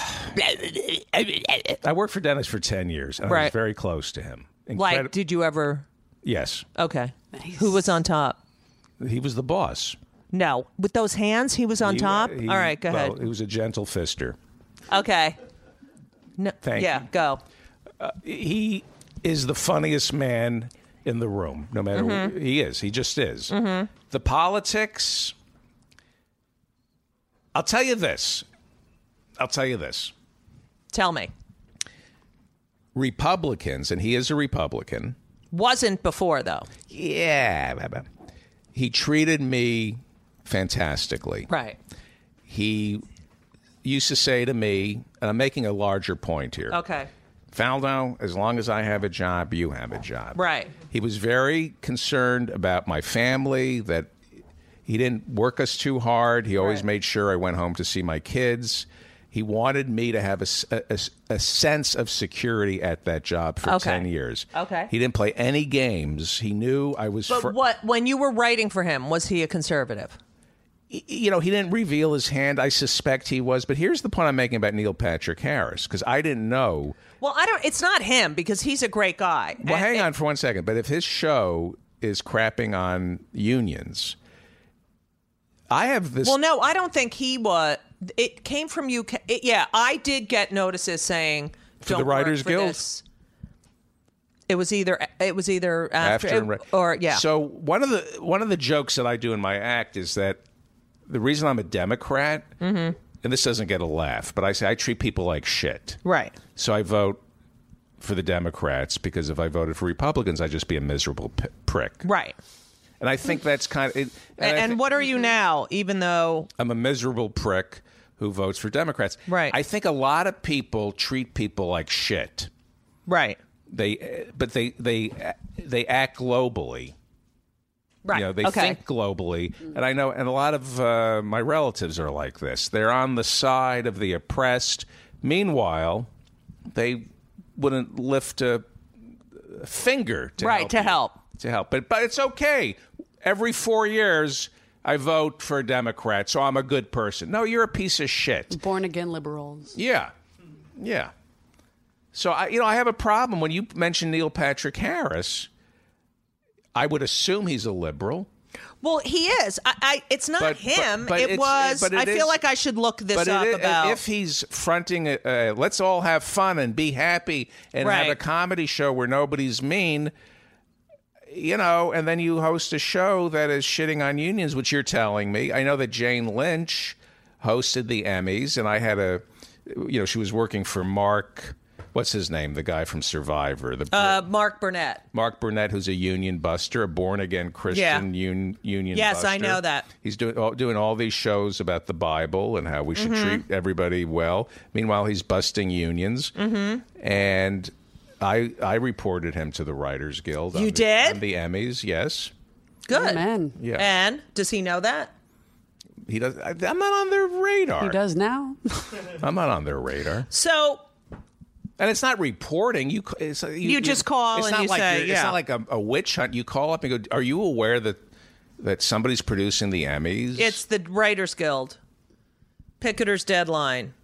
Speaker 4: <sighs> I worked for Dennis for ten years, and I was
Speaker 2: Right.
Speaker 4: very close to him.
Speaker 2: Like,
Speaker 4: Incredi-
Speaker 2: did you ever?
Speaker 4: yes,
Speaker 2: Okay. Who was on top?
Speaker 4: he was the boss.
Speaker 2: No, with those hands, he was on
Speaker 4: He- uh,
Speaker 2: top.
Speaker 4: he-
Speaker 2: All right, go
Speaker 4: well,
Speaker 2: ahead.
Speaker 4: He was a gentle fister.
Speaker 2: Okay. No,
Speaker 4: Thank
Speaker 2: yeah,
Speaker 4: you.
Speaker 2: go.
Speaker 4: He is the funniest man in the room. No matter
Speaker 2: Mm-hmm.
Speaker 4: who he is, he just is. The politics. I'll tell you this. I'll tell you this.
Speaker 2: Tell me,
Speaker 4: Republicans, and he is a Republican.
Speaker 2: wasn't before though,
Speaker 4: yeah blah, blah. he treated me fantastically
Speaker 2: right?
Speaker 4: he used to say to me and i'm making a larger point here
Speaker 2: Okay,
Speaker 4: faldo as long as i have a job you have a job
Speaker 2: Right.
Speaker 4: he was very concerned about my family that he didn't work us too hard he always
Speaker 2: Right.
Speaker 4: made sure i went home to see my kids He wanted me to have a, s- a- a s- a sense of security at that job for
Speaker 2: Okay.
Speaker 4: 10 years.
Speaker 2: Okay.
Speaker 4: He didn't play any games. He knew I was.
Speaker 2: But
Speaker 4: fr-
Speaker 2: what when you were writing for him, was he a conservative?
Speaker 4: you know, he didn't reveal his hand. I suspect he was. But here's the point I'm making about Neil Patrick Harris because I didn't know.
Speaker 2: Well, I don't. It's not him because he's a great guy.
Speaker 4: Well,
Speaker 2: And-
Speaker 4: hang
Speaker 2: and-
Speaker 4: on for one second. But if his show is crapping on unions, I have this.
Speaker 2: Well, no, I don't think he was. It came from you. It, yeah, I did get notices saying
Speaker 4: the
Speaker 2: don't work
Speaker 4: Writers
Speaker 2: for
Speaker 4: Guild?
Speaker 2: this." It was either it was either after,
Speaker 4: after, and re-
Speaker 2: it- or yeah.
Speaker 4: So one of the one of the jokes that I do in my act is that the reason I'm a Democrat,
Speaker 2: Mm-hmm.
Speaker 4: and this doesn't get a laugh, but I say I treat people like shit.
Speaker 2: right.
Speaker 4: So I vote for the Democrats because if I voted for Republicans, I'd just be a miserable p- prick.
Speaker 2: Right.
Speaker 4: And I think that's kind of. It,
Speaker 2: A- And,
Speaker 4: I Mm-hmm. thi-
Speaker 2: what are you now? Even though
Speaker 4: I'm a miserable prick who votes for Democrats.
Speaker 2: Right.
Speaker 4: I think a lot of people treat people like shit.
Speaker 2: right,
Speaker 4: They, uh, but they they they act globally.
Speaker 2: right.
Speaker 4: You know, they
Speaker 2: okay.
Speaker 4: think globally, and I know, and a lot of uh, my relatives are like this. They're on the side of the oppressed. Meanwhile, they wouldn't lift a, a finger to
Speaker 2: Right,
Speaker 4: help
Speaker 2: to
Speaker 4: you-
Speaker 2: help.
Speaker 4: to help. But but it's okay. Every four years, I vote for a Democrat, so I'm a good person. No, you're a piece of shit.
Speaker 3: Born again liberals.
Speaker 4: Yeah, yeah. So I, you know, I have a problem when you mention Neil Patrick Harris. I would assume he's a liberal.
Speaker 2: well, he is. I, I it's not
Speaker 4: But- but-
Speaker 2: him.
Speaker 4: but
Speaker 2: it
Speaker 4: it's-
Speaker 2: was.
Speaker 4: but it
Speaker 2: I
Speaker 4: is-
Speaker 2: feel like I should look this
Speaker 4: But
Speaker 2: up
Speaker 4: it-
Speaker 2: about.
Speaker 4: if he's fronting, a, a, let's all have fun and be happy and have a
Speaker 2: Right.
Speaker 4: comedy show where nobody's mean, you know, and then you host a show that is shitting on unions, which you're telling me. I know that Jane Lynch hosted the Emmys, and I had a, you know, she was working for Mark, what's his name, the guy from Survivor, the
Speaker 2: uh, Mark Burnett.
Speaker 4: Mark Burnett, who's a union buster, a born again Christian un- union.
Speaker 2: Yes, I
Speaker 4: buster.
Speaker 2: know that.
Speaker 4: He's doing all, doing all these shows about the Bible and how we should
Speaker 2: Mm-hmm.
Speaker 4: treat everybody well. Meanwhile, he's busting unions, mm-hmm. and I I reported him to the Writers Guild. on
Speaker 2: You
Speaker 4: the-
Speaker 2: did?
Speaker 4: on the Emmys? Yes.
Speaker 2: Good.
Speaker 3: Amen.
Speaker 4: Yeah.
Speaker 2: And does he know that?
Speaker 4: he does. I, I'm not on their radar.
Speaker 3: He does now. <laughs>
Speaker 4: I'm not on their radar,
Speaker 2: So
Speaker 4: and it's not reporting. You c- it's, uh, you,
Speaker 2: just call
Speaker 4: it's
Speaker 2: and
Speaker 4: not
Speaker 2: you
Speaker 4: like
Speaker 2: say,
Speaker 4: you're- It's
Speaker 2: yeah.
Speaker 4: not like a, a witch hunt. You call up and go, "Are you aware that?" That somebody's producing the Emmys.
Speaker 2: It's the Writers Guild. Picketer's deadline.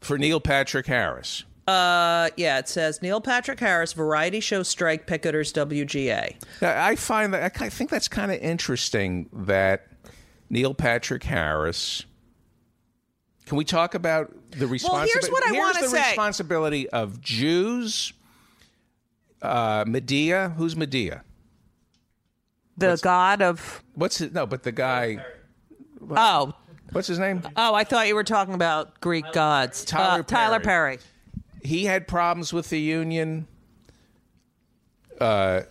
Speaker 4: for Neil Patrick Harris.
Speaker 2: Uh, yeah, it says Neil Patrick Harris variety show strike picketers WGA.
Speaker 4: I I find that I ki- think that's kind of interesting that Neil Patrick Harris. Can we talk about the responsibility?
Speaker 2: what I wanna
Speaker 4: the
Speaker 2: say.
Speaker 4: responsibility of Jews. Uh, Medea, who's Medea?
Speaker 2: The god of
Speaker 4: What's his, no? But the guy,
Speaker 2: oh
Speaker 4: what's his name?
Speaker 2: oh, I thought you were talking about Greek gods.
Speaker 4: Tyler
Speaker 2: Uh, Tyler
Speaker 4: Perry.
Speaker 2: Perry.
Speaker 4: He had problems with the union.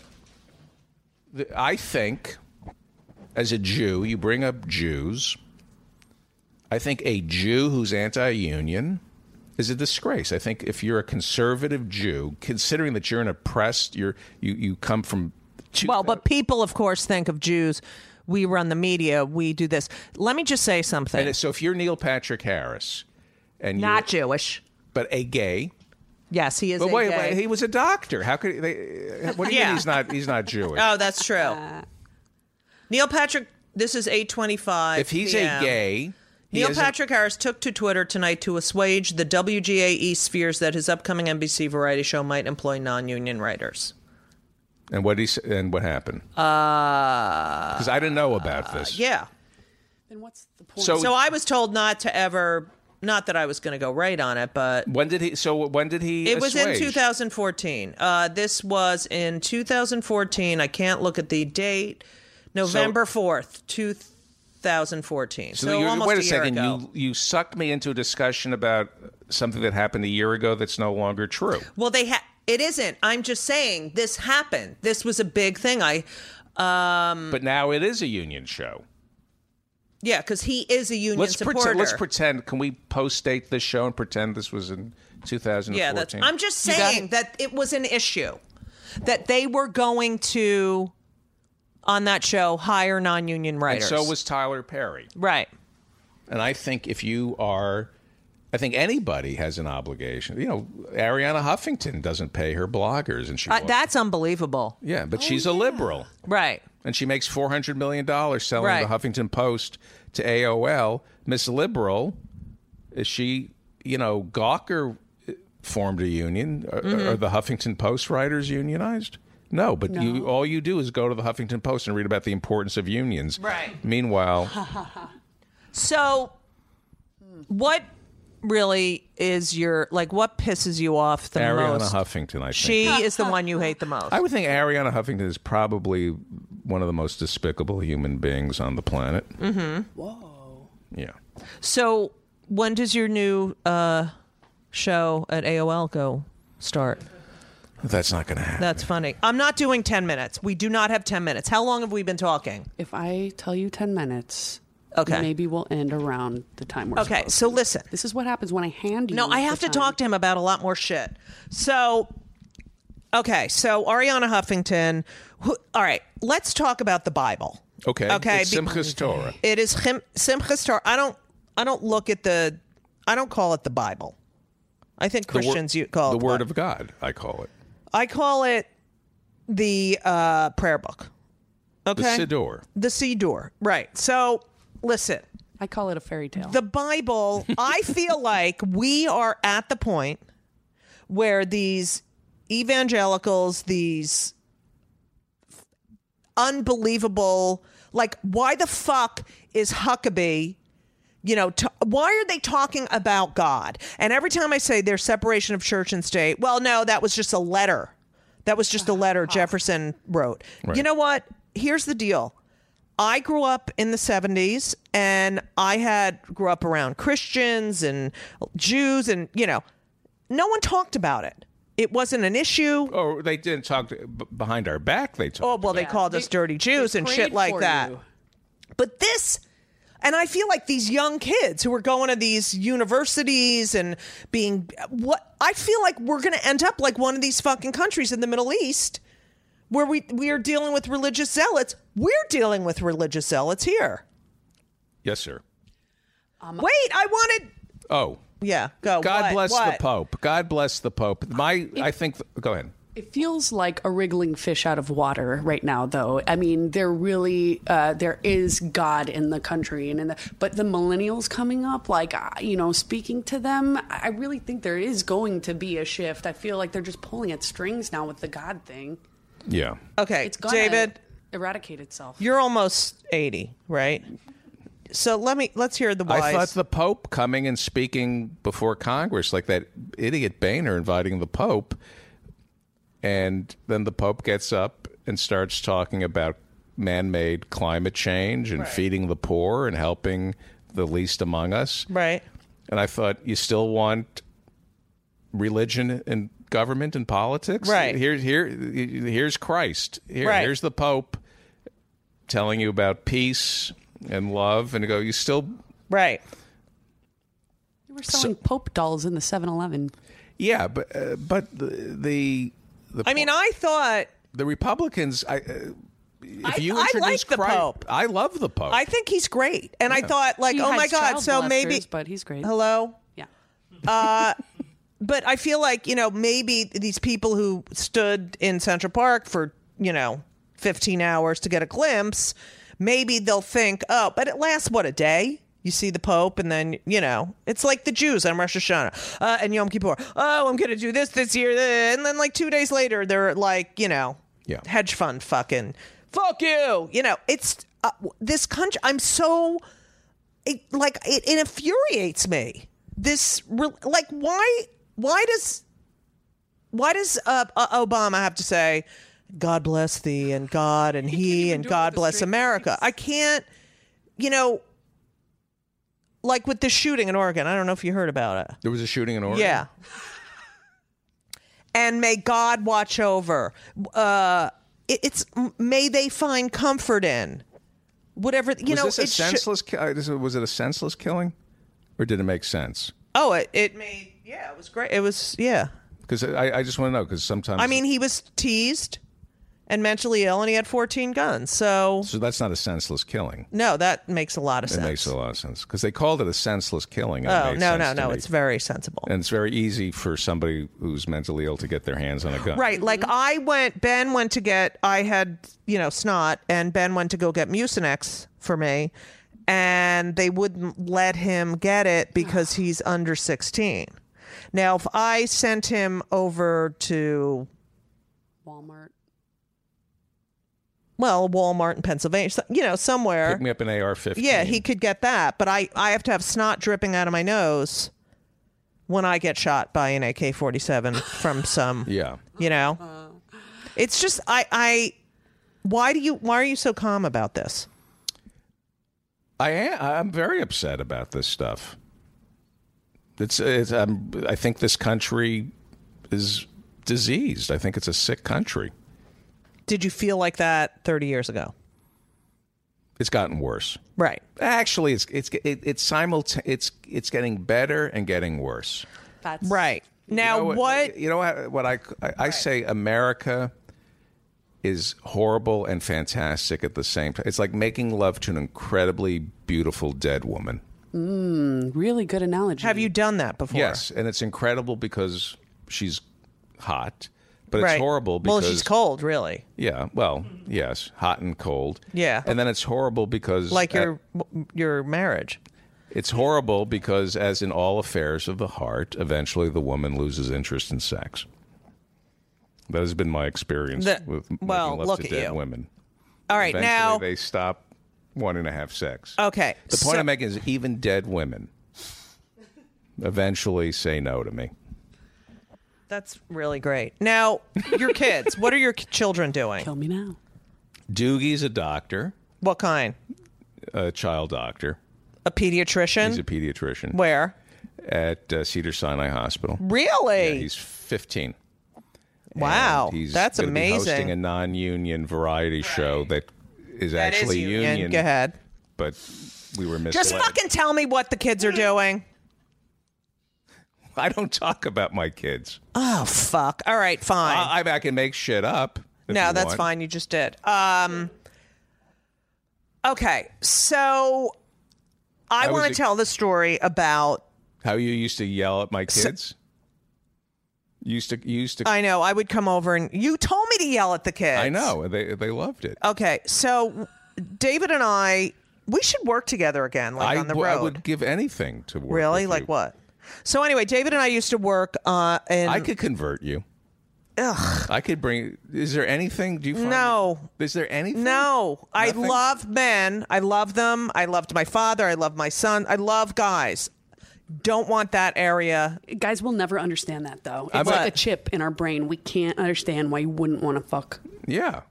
Speaker 4: Uh, the, I think, as a Jew, you bring up Jews. I think a Jew who's anti union is a disgrace. I think if you're a conservative Jew, considering that you're an oppressed, you're, you, you come from. two-
Speaker 2: Well, but people, of course, think of Jews. We run the media. We do this. Let me just say something.
Speaker 4: So if you're Neil Patrick Harris, and you're-
Speaker 2: Not Jewish.
Speaker 4: but a gay,
Speaker 2: Yes, he is.
Speaker 4: but
Speaker 2: a
Speaker 4: wait,
Speaker 2: gay.
Speaker 4: wait, he was a doctor. How could they? What do you
Speaker 2: Yeah.
Speaker 4: mean he's not? He's not Jewish.
Speaker 2: oh, that's true.
Speaker 4: Uh,
Speaker 2: Neil Patrick. This is eight twenty-five.
Speaker 4: if he's a gay, he
Speaker 2: Neil
Speaker 4: isn't-
Speaker 2: Patrick Harris took to Twitter tonight to assuage the WGAE fears E that his upcoming NBC variety show might employ non-union writers.
Speaker 4: and what he s- and what happened? Because I didn't know about this.
Speaker 2: Uh, Yeah.
Speaker 3: then what's the point?
Speaker 4: So-
Speaker 2: So I was told not to ever. Not that I was going to go right on it, but
Speaker 4: When did he? So when did he?
Speaker 2: it was in
Speaker 4: assuage?
Speaker 2: 2014. Uh, this was in 2014. I can't look at the date. November 4th, 2014. So,
Speaker 4: you-
Speaker 2: almost
Speaker 4: wait a,
Speaker 2: year
Speaker 4: second.
Speaker 2: ago.
Speaker 4: You you sucked me into a discussion about something that happened a year ago that's no longer true.
Speaker 2: Well, they ha- it isn't. I'm just saying this happened. This was a big thing. I Mm.
Speaker 4: But now it is a union show.
Speaker 2: yeah, because he is a union
Speaker 4: Let's
Speaker 2: supporter.
Speaker 4: pretend. Let's pretend. Can we post date this show and pretend this was in 2014?
Speaker 2: Yeah, that's. I'm just
Speaker 3: You got
Speaker 2: saying
Speaker 3: it.
Speaker 2: that it was an issue that they were going to on that show hire non-union
Speaker 4: and
Speaker 2: writers.
Speaker 4: so was Tyler Perry.
Speaker 2: right.
Speaker 4: And I think if you are I think anybody has an obligation. You know, Ariana Huffington doesn't pay her bloggers, and she
Speaker 2: Uh, oh,
Speaker 4: won't.
Speaker 2: that's unbelievable.
Speaker 4: yeah, but she's a liberal,
Speaker 2: Right.
Speaker 4: and she makes four hundred million dollars selling
Speaker 2: Right.
Speaker 4: the Huffington Post to AOL. Miss Liberal, is she? You know, Gawker uh, formed a union. Are,
Speaker 2: Mm-hmm.
Speaker 4: are the Huffington Post writers unionized? No, but you all you do is go to the Huffington Post and read about the importance of unions.
Speaker 2: Right.
Speaker 4: Meanwhile,
Speaker 2: So, what really is your like? What pisses you off <laughs> the
Speaker 4: Ariana
Speaker 2: most?
Speaker 4: Huffington, I think.
Speaker 2: She is the one you hate the most.
Speaker 4: I would think Ariana Huffington is probably one of the most despicable human beings on the planet.
Speaker 2: Mm.
Speaker 4: Mm-hmm. Whoa. Yeah.
Speaker 2: so, when does your new uh, show at AOL go start?
Speaker 4: That's not going to happen.
Speaker 2: That's funny. I'm not doing 10 minutes. We do not have 10 minutes. How long have we been talking?
Speaker 3: If I tell you 10 minutes,
Speaker 2: Okay.
Speaker 3: maybe we'll end around the time we're
Speaker 2: Okay,
Speaker 3: supposed
Speaker 2: so
Speaker 3: to.
Speaker 2: listen.
Speaker 3: This is what happens when I hand you
Speaker 2: No, I
Speaker 3: the
Speaker 2: have to
Speaker 3: time.
Speaker 2: talk to him about a lot more shit. So, okay, so Ariana Huffington. Who, all right, let's talk about the Bible.
Speaker 4: okay.
Speaker 2: Okay,
Speaker 4: It's
Speaker 2: be-
Speaker 4: Simchas Torah.
Speaker 2: It is Chim- Simchas Torah. I don't. I don't look at the. I don't call it the Bible. I think
Speaker 4: The wor-
Speaker 2: Christians you call
Speaker 4: the
Speaker 2: it
Speaker 4: word
Speaker 2: Bi-
Speaker 4: of God. I call it
Speaker 2: I call it the uh, prayer book.
Speaker 4: the
Speaker 2: Okay,
Speaker 4: Siddur.
Speaker 2: the Siddur. Right. So listen,
Speaker 3: I call it a fairy tale.
Speaker 2: the Bible, I feel like we are at the point where these evangelicals, these unbelievable, like, why the fuck is Huckabee? You know, t- why are they talking about God? And every time I say their separation of church and state, well, no, that was just a letter. That was just a letter Jefferson wrote. You know what? Here's the deal. I grew up in the 70s and I had grew up around Christians and Jews and you know no one talked about it. It wasn't an issue.
Speaker 4: Oh, they didn't talk to, b- behind our back. They
Speaker 2: Oh,
Speaker 4: talked.
Speaker 2: well they called us dirty Jews and shit
Speaker 3: Prayed
Speaker 2: like
Speaker 3: for
Speaker 2: that.
Speaker 3: you.
Speaker 2: But this and I feel like these young kids who are going to these universities and being what I feel like we're going to end up like one of these fucking countries in the Middle East where we we are dealing with religious zealots. We're dealing with religious zealots here.
Speaker 4: yes, sir.
Speaker 3: Um,
Speaker 2: Wait, I wanted.
Speaker 4: Oh,
Speaker 2: Yeah, go.
Speaker 4: God
Speaker 2: What?
Speaker 4: bless
Speaker 2: What?
Speaker 4: the Pope. God bless the Pope. My, I think. Go ahead.
Speaker 3: It feels like a wriggling fish out of water right now, though. I mean, there really uh, there is God in the country, and in the but the millennials coming up, like uh, you know, speaking to them, I I really think there is going to be a shift. I feel like they're just pulling at strings now with the God thing.
Speaker 4: Yeah.
Speaker 2: Okay,
Speaker 3: It's gonna
Speaker 2: David,
Speaker 3: eradicate itself.
Speaker 2: you're almost eighty, right? So let me let's hear the wise.
Speaker 4: I thought the Pope coming and speaking before Congress, like that idiot Boehner inviting the Pope, and then the Pope gets up and starts talking about man-made climate change and feeding the poor and helping the least among us.
Speaker 2: right.
Speaker 4: And I thought, you still want religion and government and politics?
Speaker 2: Right.
Speaker 4: Here, here, here's Christ. Here,
Speaker 2: Right.
Speaker 4: Here's the Pope telling you about peace and love, and you go, you still
Speaker 2: Right.
Speaker 3: You were selling Pope dolls in the 7-Eleven.
Speaker 4: Yeah, but uh, but the the the,
Speaker 2: I mean, I thought
Speaker 4: the Republicans. I, uh, if
Speaker 2: I-
Speaker 4: you
Speaker 2: I
Speaker 4: introduce
Speaker 2: like the
Speaker 4: Christ-
Speaker 2: Pope.
Speaker 4: I love the Pope.
Speaker 2: I think he's great, and I thought like,
Speaker 3: He
Speaker 2: oh my
Speaker 3: hides
Speaker 2: god,
Speaker 3: child
Speaker 2: so maybe
Speaker 3: molesters, but he's great.
Speaker 2: hello.
Speaker 3: Yeah.
Speaker 2: But I feel like you know maybe these people who stood in Central Park for you know fifteen hours to get a glimpse, maybe they'll think, oh, but it lasts what a day. You see the Pope, and then you know it's like the Jews on Rosh Hashanah uh, and Yom Kippur. Oh, I'm gonna do this this year, eh, and then like two days later, they're like, you know,
Speaker 4: Yeah.
Speaker 2: hedge fund fucking, fuck you. You know, it's uh, this country. I'm so it like it, it infuriates me. This re- like why why does why does uh, uh, Obama have to say God bless thee and God and he and God bless America? I can't, you know, like with the shooting in Oregon. I don't know if you heard about it.
Speaker 4: there was a shooting in Oregon.
Speaker 2: Yeah. and may God watch over. Uh, it, it's may they find comfort in whatever you
Speaker 4: was
Speaker 2: know.
Speaker 4: this a
Speaker 2: it should-
Speaker 4: senseless? ki- uh, this- was it a senseless killing, or did it make sense?
Speaker 2: Oh, it, it made yeah, it was great. It was yeah.
Speaker 4: Because I, I just want to know. Because sometimes
Speaker 2: I mean, he was teased. and mentally ill, and he had 14 guns. So,
Speaker 4: So that's not a senseless killing.
Speaker 2: no, that makes a lot of
Speaker 4: It
Speaker 2: sense.
Speaker 4: makes a lot of sense because they called it a senseless killing. and it
Speaker 2: oh,
Speaker 4: made
Speaker 2: no,
Speaker 4: sense
Speaker 2: no,
Speaker 4: to
Speaker 2: no.
Speaker 4: me.
Speaker 2: It's very sensible.
Speaker 4: and it's very easy for somebody who's mentally ill to get their hands on a gun.
Speaker 2: Right. Like I went, Ben went to get, I had, you know, snot, and Ben went to go get Mucinex for me, and they wouldn't let him get it <sighs> because he's under 16. Now, if I sent him over to,
Speaker 3: Walmart.
Speaker 2: well, Walmart in Pennsylvania, so- you know, somewhere,
Speaker 4: Pick me up an AR-15.
Speaker 2: yeah, he could get that, but I, I have to have snot dripping out of my nose when I get shot by an AK 47
Speaker 4: <laughs>
Speaker 2: from some.
Speaker 4: Yeah.
Speaker 2: you know it's just i i why do you why are you so calm about this
Speaker 4: I am. I'm very upset about this stuff. It's. it's I'm, I think this country is diseased. I think it's a sick country.
Speaker 2: did you feel like that 30 years ago
Speaker 4: It's gotten worse.
Speaker 2: right
Speaker 4: Actually, it's it's it, it's simulta- It's it's getting better and getting worse.
Speaker 3: That's
Speaker 2: right now
Speaker 4: You know
Speaker 2: what
Speaker 4: You know what? What I I, I say America is horrible and fantastic at the same time. It's like making love to an incredibly beautiful dead woman.
Speaker 3: Really good analogy.
Speaker 2: have you done that before
Speaker 4: Yes, and it's incredible because she's hot, but
Speaker 2: right
Speaker 4: it's horrible because
Speaker 2: well she's cold really
Speaker 4: Yeah, well, yes, hot and cold.
Speaker 2: Yeah.
Speaker 4: and then it's horrible because
Speaker 2: like
Speaker 4: uh,
Speaker 2: your your marriage
Speaker 4: it's horrible because, as in all affairs of the heart, eventually the woman loses interest in sex. That has been my experience
Speaker 2: The-
Speaker 4: with making
Speaker 2: well,
Speaker 4: love
Speaker 2: look
Speaker 4: to
Speaker 2: at
Speaker 4: dead
Speaker 2: you.
Speaker 4: women.
Speaker 2: all right
Speaker 4: Eventually,
Speaker 2: now Oh,
Speaker 4: they stop wanting to have sex.
Speaker 2: okay
Speaker 4: the point I'm making is, even dead women eventually say no to me.
Speaker 2: that's really great now your kids what are your k- children doing
Speaker 3: Kill me now.
Speaker 4: Doogie's a doctor,
Speaker 2: what kind
Speaker 4: a child doctor.
Speaker 2: a pediatrician
Speaker 4: He's a pediatrician
Speaker 2: where
Speaker 4: at uh, Cedar Sinai Hospital.
Speaker 2: really
Speaker 4: Yeah, he's 15.
Speaker 2: wow
Speaker 4: And he's
Speaker 2: that's
Speaker 4: gonna Be
Speaker 2: amazing
Speaker 4: hosting a non-union variety show that is
Speaker 2: That is
Speaker 4: actually
Speaker 2: union. go ahead
Speaker 4: but we were misled.
Speaker 2: Just fucking tell me what the kids are doing.
Speaker 4: I don't talk about my kids.
Speaker 2: Oh fuck. All right, fine.
Speaker 4: Uh, I, I, I can make shit up. if
Speaker 2: no,
Speaker 4: you
Speaker 2: that's
Speaker 4: want.
Speaker 2: fine. You just did. Um Okay. So I,
Speaker 4: I
Speaker 2: want to
Speaker 4: was a-
Speaker 2: tell the story about
Speaker 4: How you used to yell at my kids? You used to you used to.
Speaker 2: I know I would come over and you told me to yell at the kids.
Speaker 4: I know and they they loved it.
Speaker 2: Okay. So David and I we should work together again like
Speaker 4: I,
Speaker 2: on the
Speaker 4: w- I
Speaker 2: road.
Speaker 4: would give anything to work.
Speaker 2: really?
Speaker 4: with
Speaker 2: Like
Speaker 4: you.
Speaker 2: what? So anyway, David and I used to work uh in
Speaker 4: I could convert you. Ugh. I could bring. Is there anything? Do you find
Speaker 2: No.
Speaker 4: Is there anything?
Speaker 2: No, I
Speaker 4: Nothing?
Speaker 2: love men. I love them. I loved my father. I love my son. I love guys. Don't want that area.
Speaker 3: Guys will never understand that though. It's
Speaker 4: I'm
Speaker 3: like
Speaker 4: not-
Speaker 3: a chip in our brain. We can't understand why you wouldn't want to fuck.
Speaker 4: Yeah.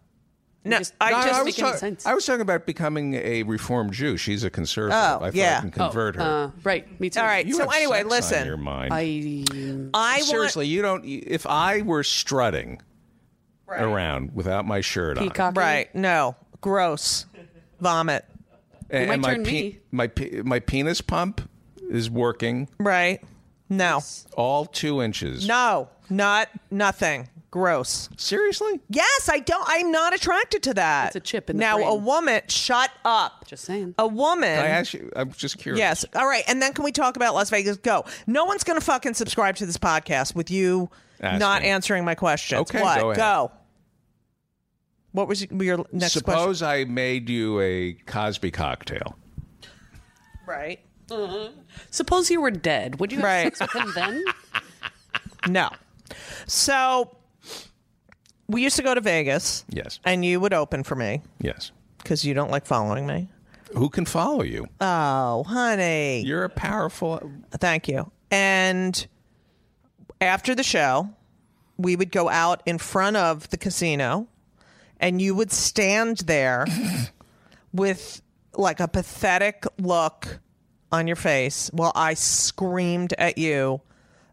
Speaker 2: No,
Speaker 3: just-
Speaker 2: I
Speaker 3: No,
Speaker 2: just
Speaker 4: I
Speaker 3: doesn't
Speaker 4: was,
Speaker 3: make any
Speaker 4: talk-
Speaker 3: sense.
Speaker 4: I was talking about becoming a reformed Jew. She's a conservative.
Speaker 2: Oh,
Speaker 4: I thought
Speaker 2: yeah.
Speaker 4: I can convert her.
Speaker 3: Uh, right. Me too.
Speaker 2: All right.
Speaker 4: You
Speaker 2: so
Speaker 4: have
Speaker 2: anyway,
Speaker 4: sex on
Speaker 2: listen.
Speaker 4: your mind.
Speaker 3: I
Speaker 2: I want
Speaker 4: Seriously, you don't. If I were strutting around without my shirt
Speaker 3: peacock.
Speaker 2: right. No, gross, vomit.
Speaker 4: on, and,
Speaker 3: might
Speaker 4: and my
Speaker 3: turn me.
Speaker 4: my pe- my penis pump is working
Speaker 2: Right. No,
Speaker 4: all two inches.
Speaker 2: no, not nothing. Gross.
Speaker 4: Seriously,
Speaker 2: Yes, I don't. I'm not attracted to that.
Speaker 3: It's a chip in the
Speaker 2: now.
Speaker 3: brain.
Speaker 2: A woman. Shut up.
Speaker 3: Just saying.
Speaker 2: A woman.
Speaker 4: I ask you. I'm just curious.
Speaker 2: Yes. All right. And then can we talk about Las Vegas? Go. No one's going to fucking subscribe to this podcast with you
Speaker 4: Asking.
Speaker 2: not answering my questions.
Speaker 4: Okay,
Speaker 2: What?
Speaker 4: go ahead.
Speaker 2: What was your next question?
Speaker 4: Suppose I made you a Cosby cocktail.
Speaker 2: Right.
Speaker 3: Suppose you were dead. Would you have
Speaker 2: Right.
Speaker 3: sex with him
Speaker 2: <laughs>
Speaker 3: then?
Speaker 2: No. So we used to go to Vegas.
Speaker 4: Yes.
Speaker 2: And you would open for me
Speaker 4: Yes.
Speaker 2: because you don't like following me.
Speaker 4: Who can follow you?
Speaker 2: Oh, honey.
Speaker 4: You're a powerful.
Speaker 2: Thank you. And after the show, we would go out in front of the casino and you would stand there with like a pathetic look on your face while I screamed at you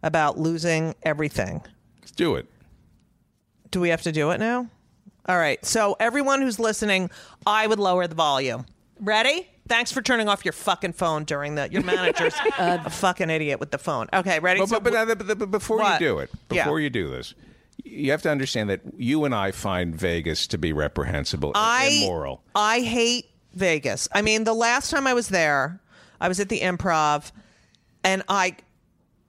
Speaker 2: about losing everything.
Speaker 4: Let's do it.
Speaker 2: Do we have to do it now? All right. So, everyone who's listening, I would lower the volume. Ready? Thanks for turning off your fucking phone during the. Your
Speaker 4: <laughs>
Speaker 2: manager's a fucking idiot with the phone. Okay, ready?
Speaker 4: Uh, But,
Speaker 2: So-
Speaker 4: but, but, but, but before
Speaker 2: What?
Speaker 4: you do it,
Speaker 2: Yeah.
Speaker 4: before you do this, you have to understand that you and I find Vegas to be reprehensible
Speaker 2: I
Speaker 4: and immoral.
Speaker 2: I hate Vegas. I mean, the last time I was there, I was at the Improv, and I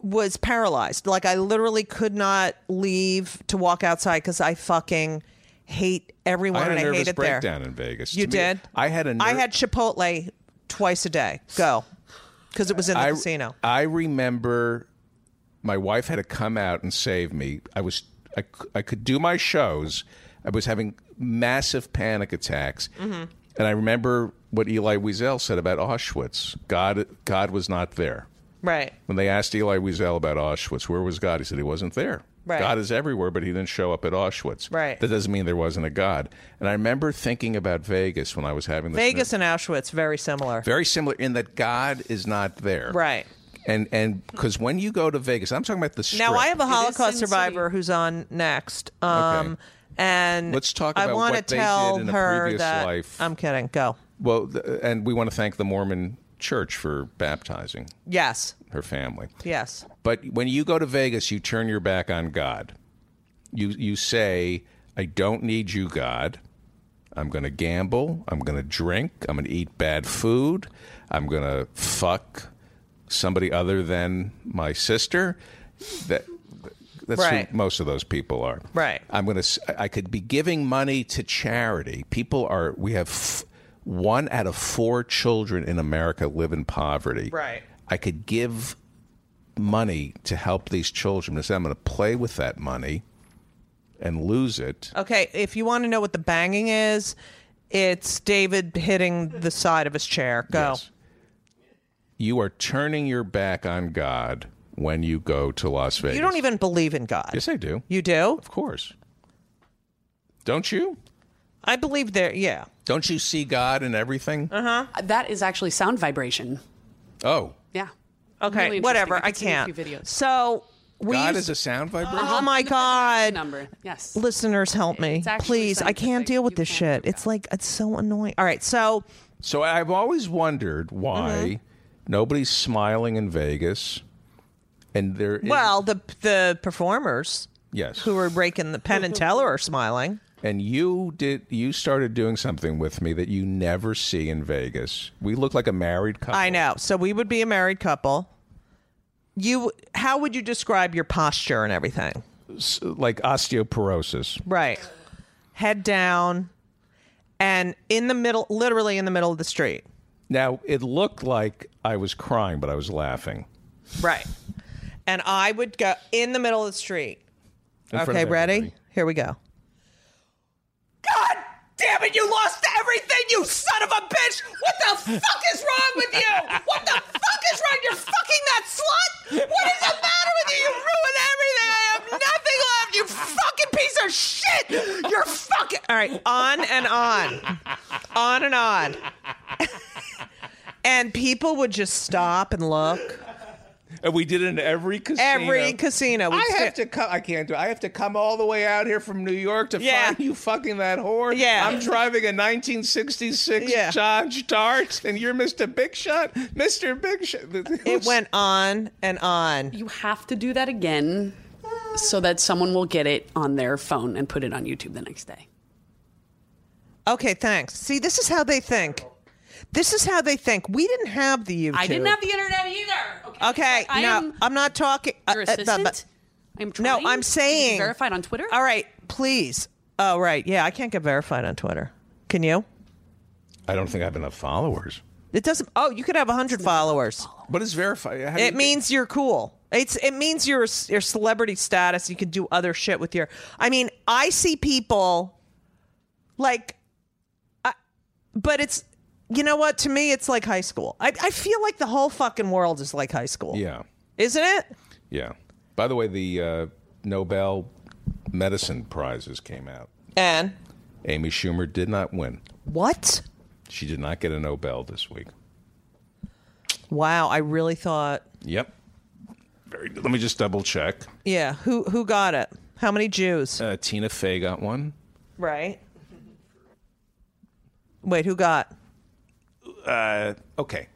Speaker 2: was paralyzed. Like I literally could not leave to walk outside because I fucking hate everyone
Speaker 4: I had a
Speaker 2: and I hate
Speaker 4: nervous
Speaker 2: it
Speaker 4: breakdown
Speaker 2: there.
Speaker 4: in Vegas.
Speaker 2: You
Speaker 4: To me,
Speaker 2: did.
Speaker 4: I had a. Ner-
Speaker 2: I had Chipotle twice a day. Go, because it was in the
Speaker 4: I-
Speaker 2: casino.
Speaker 4: I remember my wife had to come out and save me. I was I, c- I could do my shows. I was having massive panic attacks,
Speaker 2: Mm-hmm.
Speaker 4: and I remember what Eli Wiesel said about Auschwitz. God, God was not there.
Speaker 2: Right.
Speaker 4: When they asked Eli Wiesel about Auschwitz, where was God? He said he wasn't there.
Speaker 2: Right.
Speaker 4: God is everywhere, but he didn't show up at Auschwitz.
Speaker 2: Right.
Speaker 4: That doesn't mean there wasn't a God. And I remember thinking about Vegas when I was having this
Speaker 2: Vegas and Auschwitz very similar.
Speaker 4: very similar in that God is not there.
Speaker 2: Right.
Speaker 4: And and because when you go to Vegas, I'm talking about the strip.
Speaker 2: Now I have a Holocaust
Speaker 3: insane.
Speaker 2: survivor who's on next. Um, And
Speaker 4: Let's talk
Speaker 2: I
Speaker 4: about
Speaker 2: wanna
Speaker 4: what they
Speaker 2: tell
Speaker 4: did in a
Speaker 2: her
Speaker 4: previous
Speaker 2: that,
Speaker 4: life.
Speaker 2: I'm kidding. Go.
Speaker 4: well, th- and we want to thank the Mormon Church for baptizing
Speaker 2: Yes.
Speaker 4: her family.
Speaker 2: Yes.
Speaker 4: But when you go to Vegas, you turn your back on God. You you say, "I don't need you, God. I'm going to gamble. I'm going to drink. I'm going to eat bad food. I'm going to fuck somebody other than my sister." That that's
Speaker 2: Right.
Speaker 4: who most of those people are.
Speaker 2: Right.
Speaker 4: I'm going to. I could be giving money to charity. People are. We have f- one out of four children in America live in poverty.
Speaker 2: Right.
Speaker 4: I could give money to help these children. I said, I'm going to play with that money and lose it.
Speaker 2: Okay. If you want to know what the banging is, it's David hitting the side of his chair. Go.
Speaker 4: Yes. You are turning your back on God when you go to Las Vegas.
Speaker 2: You don't even believe in God.
Speaker 4: Yes, I do.
Speaker 2: You do?
Speaker 4: Of course. Don't you?
Speaker 2: I believe there. Yeah.
Speaker 4: Don't you see God in everything?
Speaker 2: Uh-huh.
Speaker 3: That is actually sound vibration.
Speaker 4: Oh,
Speaker 3: Yeah.
Speaker 2: Okay.
Speaker 3: Really interesting.
Speaker 2: whatever. I,
Speaker 3: could see a
Speaker 2: can't.
Speaker 3: few videos.
Speaker 2: So we.
Speaker 4: God
Speaker 2: used-
Speaker 4: is a sound vibration.
Speaker 2: oh my god.
Speaker 3: Number. Yes.
Speaker 2: Listeners, help me,
Speaker 3: It's actually
Speaker 2: please. I can't
Speaker 3: scientific.
Speaker 2: deal with
Speaker 3: You
Speaker 2: this
Speaker 3: can't
Speaker 2: shit. It's like it's so annoying. All right. So
Speaker 4: So I've always wondered
Speaker 2: Uh-huh.
Speaker 4: why nobody's smiling in Vegas, and there. is-
Speaker 2: Well, the the performers
Speaker 4: yes,
Speaker 2: who were raking the pen and teller are smiling.
Speaker 4: and you did you started doing something with me that you never see in Vegas. We look like a married couple.
Speaker 2: I know. So we would be a married couple. You, how would you describe your posture and everything?
Speaker 4: S- like osteoporosis.
Speaker 2: Right, head down, and in the middle, literally in the middle of the street.
Speaker 4: Now it looked like I was crying, but I was laughing.
Speaker 2: Right, and I would go in the middle of the street.
Speaker 4: in front
Speaker 2: okay,
Speaker 4: of
Speaker 2: ready?
Speaker 4: everybody.
Speaker 2: Here we go. God damn it, you lost everything, you son of a bitch! What the fuck is wrong with you? What the fuck is wrong? You're fucking that slut? What is the matter with you? You ruined everything. I have nothing left, you fucking piece of shit! You're fucking. All right, on and on. On and on. <laughs> and people would just stop and look.
Speaker 4: And we did it in every casino.
Speaker 2: Every casino. would
Speaker 4: I have
Speaker 2: sta-
Speaker 4: to come. I can't do. it. I have to come all the way out here from New York to
Speaker 2: Yeah.
Speaker 4: find you fucking that whore.
Speaker 2: Yeah.
Speaker 4: I'm driving a 1966
Speaker 2: Yeah.
Speaker 4: Dodge Dart, and you're Mr. Big Shot, Mr. Big Shot.
Speaker 2: It went on and on.
Speaker 3: You have to do that again so that someone will get it on their phone and put it on YouTube the next day.
Speaker 2: Okay, thanks. See, this is how they think. This is how they think. We didn't have the YouTube.
Speaker 3: I didn't have the internet either. Okay.
Speaker 2: Okay,
Speaker 3: I
Speaker 2: no,
Speaker 3: am
Speaker 2: I'm not talking. uh,
Speaker 3: your
Speaker 2: uh, the-
Speaker 3: assistant. I'm
Speaker 2: no,
Speaker 3: trying
Speaker 2: I'm
Speaker 3: to be
Speaker 2: saying
Speaker 3: verified on Twitter.
Speaker 2: All right, please. Oh, right. Yeah, I can't get verified on Twitter. Can you?
Speaker 4: I don't think I have enough followers.
Speaker 2: It doesn't. Oh, you could have hundred followers.
Speaker 4: What is verify? How do you
Speaker 2: It means you're cool. It's it means your your celebrity status. You can do other shit with your. I mean, I see people like, I, but it's you know what? To me, it's like high school. I I feel like the whole fucking world is like high school.
Speaker 4: Yeah,
Speaker 2: isn't it?
Speaker 4: yeah. By the way, the uh, Nobel Medicine prizes came out.
Speaker 2: And
Speaker 4: Amy Schumer did not win.
Speaker 2: what?
Speaker 4: She did not get a Nobel this week.
Speaker 2: Wow, I really thought.
Speaker 4: Yep. Very. Let me just double check.
Speaker 2: Yeah, who who got it? How many Jews?
Speaker 4: Uh, Tina Fey got one.
Speaker 2: right. Wait, who got?
Speaker 4: Okay,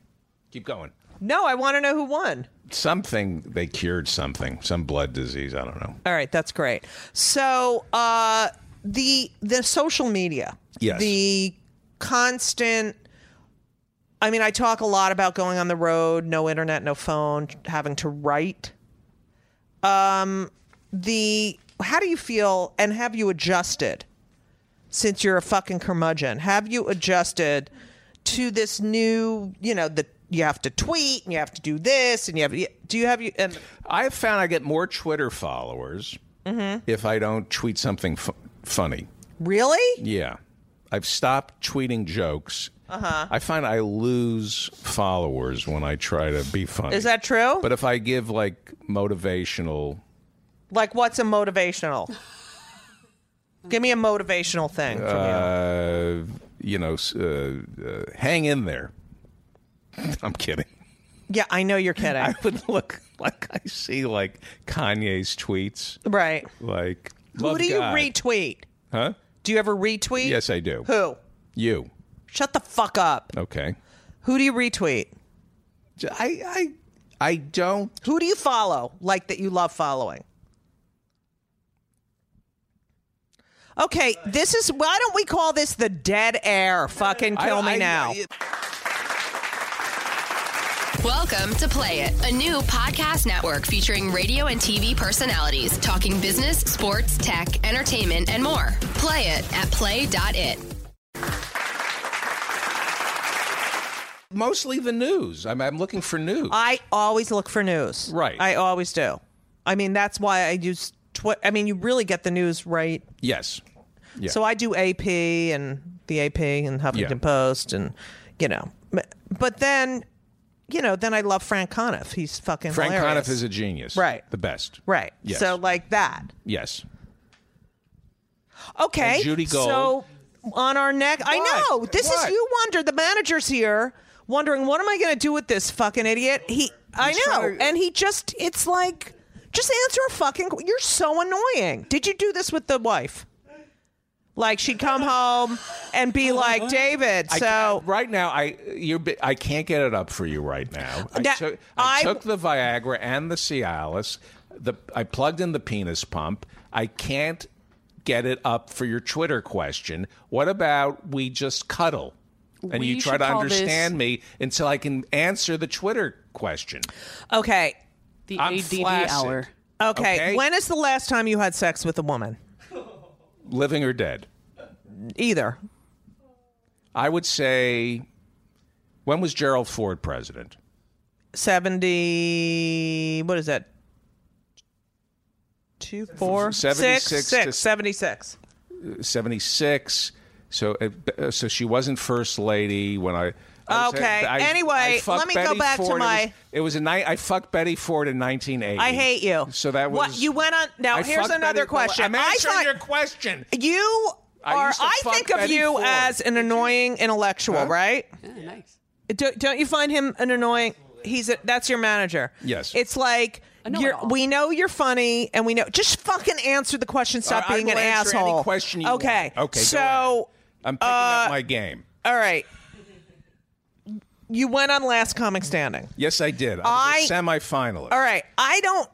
Speaker 4: keep going.
Speaker 2: No, I want to know who won.
Speaker 4: something they cured something, some blood disease. I don't know.
Speaker 2: All right, that's great. So uh, the the social media,
Speaker 4: Yes.
Speaker 2: the constant. I mean, I talk a lot about going on the road, no internet, no phone, having to write. Um, the how do you feel, and have you adjusted since you're a fucking curmudgeon? Have you adjusted to this new, you know, that you have to tweet and you have to do this and you have? Do you have you and
Speaker 4: I've found I get more Twitter followers if I don't tweet something f- funny.
Speaker 2: really?
Speaker 4: Yeah. I've stopped tweeting jokes. Uh-huh. I find I lose followers when I try to be funny.
Speaker 2: Is that true?
Speaker 4: But if I give like motivational,
Speaker 2: Like, what's a motivational? Give me a motivational thing. From
Speaker 4: uh, you know, s- uh, uh, hang in there. <laughs> I'm kidding.
Speaker 2: you. Yeah, I know
Speaker 4: <clears throat>
Speaker 2: you're kidding.
Speaker 4: I would look like I see like Kanye's tweets,
Speaker 2: right.
Speaker 4: like
Speaker 2: Who
Speaker 4: love
Speaker 2: do you
Speaker 4: God.
Speaker 2: retweet?
Speaker 4: Huh?
Speaker 2: Do you ever retweet?
Speaker 4: Yes, I do.
Speaker 2: Who?
Speaker 4: You
Speaker 2: Shut the fuck up.
Speaker 4: okay?
Speaker 2: Who do you retweet?
Speaker 4: J- I I I don't
Speaker 2: Who do you follow? Like that you love following? Okay, this is why don't we call this the dead air? Fucking kill
Speaker 4: I-
Speaker 2: me
Speaker 4: I-
Speaker 2: now.
Speaker 5: Welcome to Play It, a new podcast network featuring radio and TV personalities talking business, sports, tech, entertainment, and more. Play it at play.it.
Speaker 4: mostly the news. I'm I'm looking for news.
Speaker 2: I always look for news.
Speaker 4: Right.
Speaker 2: I always do. I mean, that's why I use Twitter. I mean, you really get the news right.
Speaker 4: yes. Yeah.
Speaker 2: So I do AP and the AP and Huffington
Speaker 4: Yeah.
Speaker 2: Post and, you know. But- But then, you know, then I love Frank Conniff. He's fucking
Speaker 4: Frank
Speaker 2: hilarious.
Speaker 4: Conniff is a genius.
Speaker 2: Right.
Speaker 4: The best.
Speaker 2: Right.
Speaker 4: Yes.
Speaker 2: So, like that.
Speaker 4: Yes.
Speaker 2: Okay.
Speaker 4: And Judy Gold.
Speaker 2: So on our neck, I
Speaker 4: What?
Speaker 2: know this is
Speaker 4: What?
Speaker 2: you wonder. The manager's here wondering what am I going to do with this fucking idiot. He, I know,
Speaker 4: trying-
Speaker 2: and he just it's like just answer a fucking. qu- You're so annoying. Did you do this with the wife? Like she'd come home and be like, David.
Speaker 4: Oh, I
Speaker 2: So
Speaker 4: can't- right now, I you I can't get it up for you right now. I,
Speaker 2: Now,
Speaker 4: took, I
Speaker 2: I-
Speaker 4: took the Viagra and the Cialis. The I plugged in the penis pump. I can't get it up for your Twitter question. What about we just cuddle? And
Speaker 3: We
Speaker 4: you try
Speaker 3: should
Speaker 4: to
Speaker 3: call this-
Speaker 4: understand me until I can answer the Twitter question.
Speaker 2: okay,
Speaker 3: The
Speaker 4: I'm
Speaker 3: ADD
Speaker 4: flaccid.
Speaker 3: hour.
Speaker 2: okay,
Speaker 4: Okay.
Speaker 2: When is the last time you had sex with a woman?
Speaker 4: Living or dead?
Speaker 2: Either.
Speaker 4: I would say. When was Gerald Ford president?
Speaker 2: 70 what is that Two, four, six,
Speaker 4: 76
Speaker 2: six,
Speaker 4: to-
Speaker 2: 76.
Speaker 4: 76 so uh, so she wasn't first lady when i, I was-
Speaker 2: Okay.
Speaker 4: I-
Speaker 2: Anyway,
Speaker 4: I fucked
Speaker 2: let me go
Speaker 4: Betty
Speaker 2: back to
Speaker 4: Ford. It was-
Speaker 2: my-
Speaker 4: It was, a night. I fucked Betty Ford in 1980.
Speaker 2: I hate you.
Speaker 4: So that was.
Speaker 2: What- you went on- now,
Speaker 4: I
Speaker 2: here's
Speaker 4: fucked
Speaker 2: another
Speaker 4: Betty-
Speaker 2: question.
Speaker 4: I'm answering
Speaker 2: I thought-
Speaker 4: your question.
Speaker 2: You
Speaker 4: I
Speaker 2: are
Speaker 4: used to
Speaker 2: I
Speaker 4: fuck
Speaker 2: think of
Speaker 4: Betty
Speaker 2: you
Speaker 4: Ford.
Speaker 2: as an annoying intellectual, right?
Speaker 3: Yeah, nice.
Speaker 2: Don't, don't you find him an annoying He's a, that's your manager.
Speaker 4: Yes.
Speaker 2: It's like
Speaker 3: know
Speaker 2: you're,
Speaker 3: it all.
Speaker 2: we know you're funny, and we know. Just fucking answer the question. Stop
Speaker 4: I
Speaker 2: being
Speaker 4: will
Speaker 2: an
Speaker 4: answer
Speaker 2: asshole.
Speaker 4: Any question you
Speaker 2: okay.
Speaker 4: want. Okay. go
Speaker 2: So
Speaker 4: ahead. I'm picking
Speaker 2: Uh,
Speaker 4: up my game.
Speaker 2: all right, you went on last comic standing.
Speaker 4: Yes, I did. I was a
Speaker 2: I-
Speaker 4: semifinalist.
Speaker 2: All right, I don't.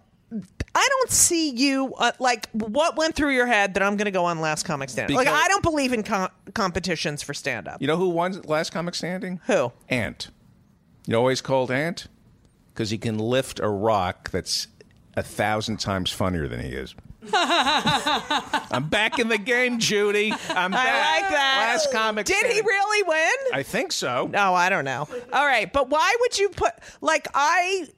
Speaker 2: I don't see you uh, like what went through your head that I'm going to go on Last Comic Standing. like
Speaker 4: Because-
Speaker 2: I don't believe in com- competitions for stand up.
Speaker 4: You know who won last comic standing?
Speaker 2: Who?
Speaker 4: Ant. You know why he's called Ant? Because he can lift a rock that's a thousand times funnier than he
Speaker 2: <laughs>
Speaker 4: is. I'm back in the game, Judy. I'm
Speaker 2: I
Speaker 4: back.
Speaker 2: like that.
Speaker 4: Last comic.
Speaker 2: Did he
Speaker 4: Standing.
Speaker 2: really win?
Speaker 4: I think so.
Speaker 2: no, I don't know. All right, but why would you put like I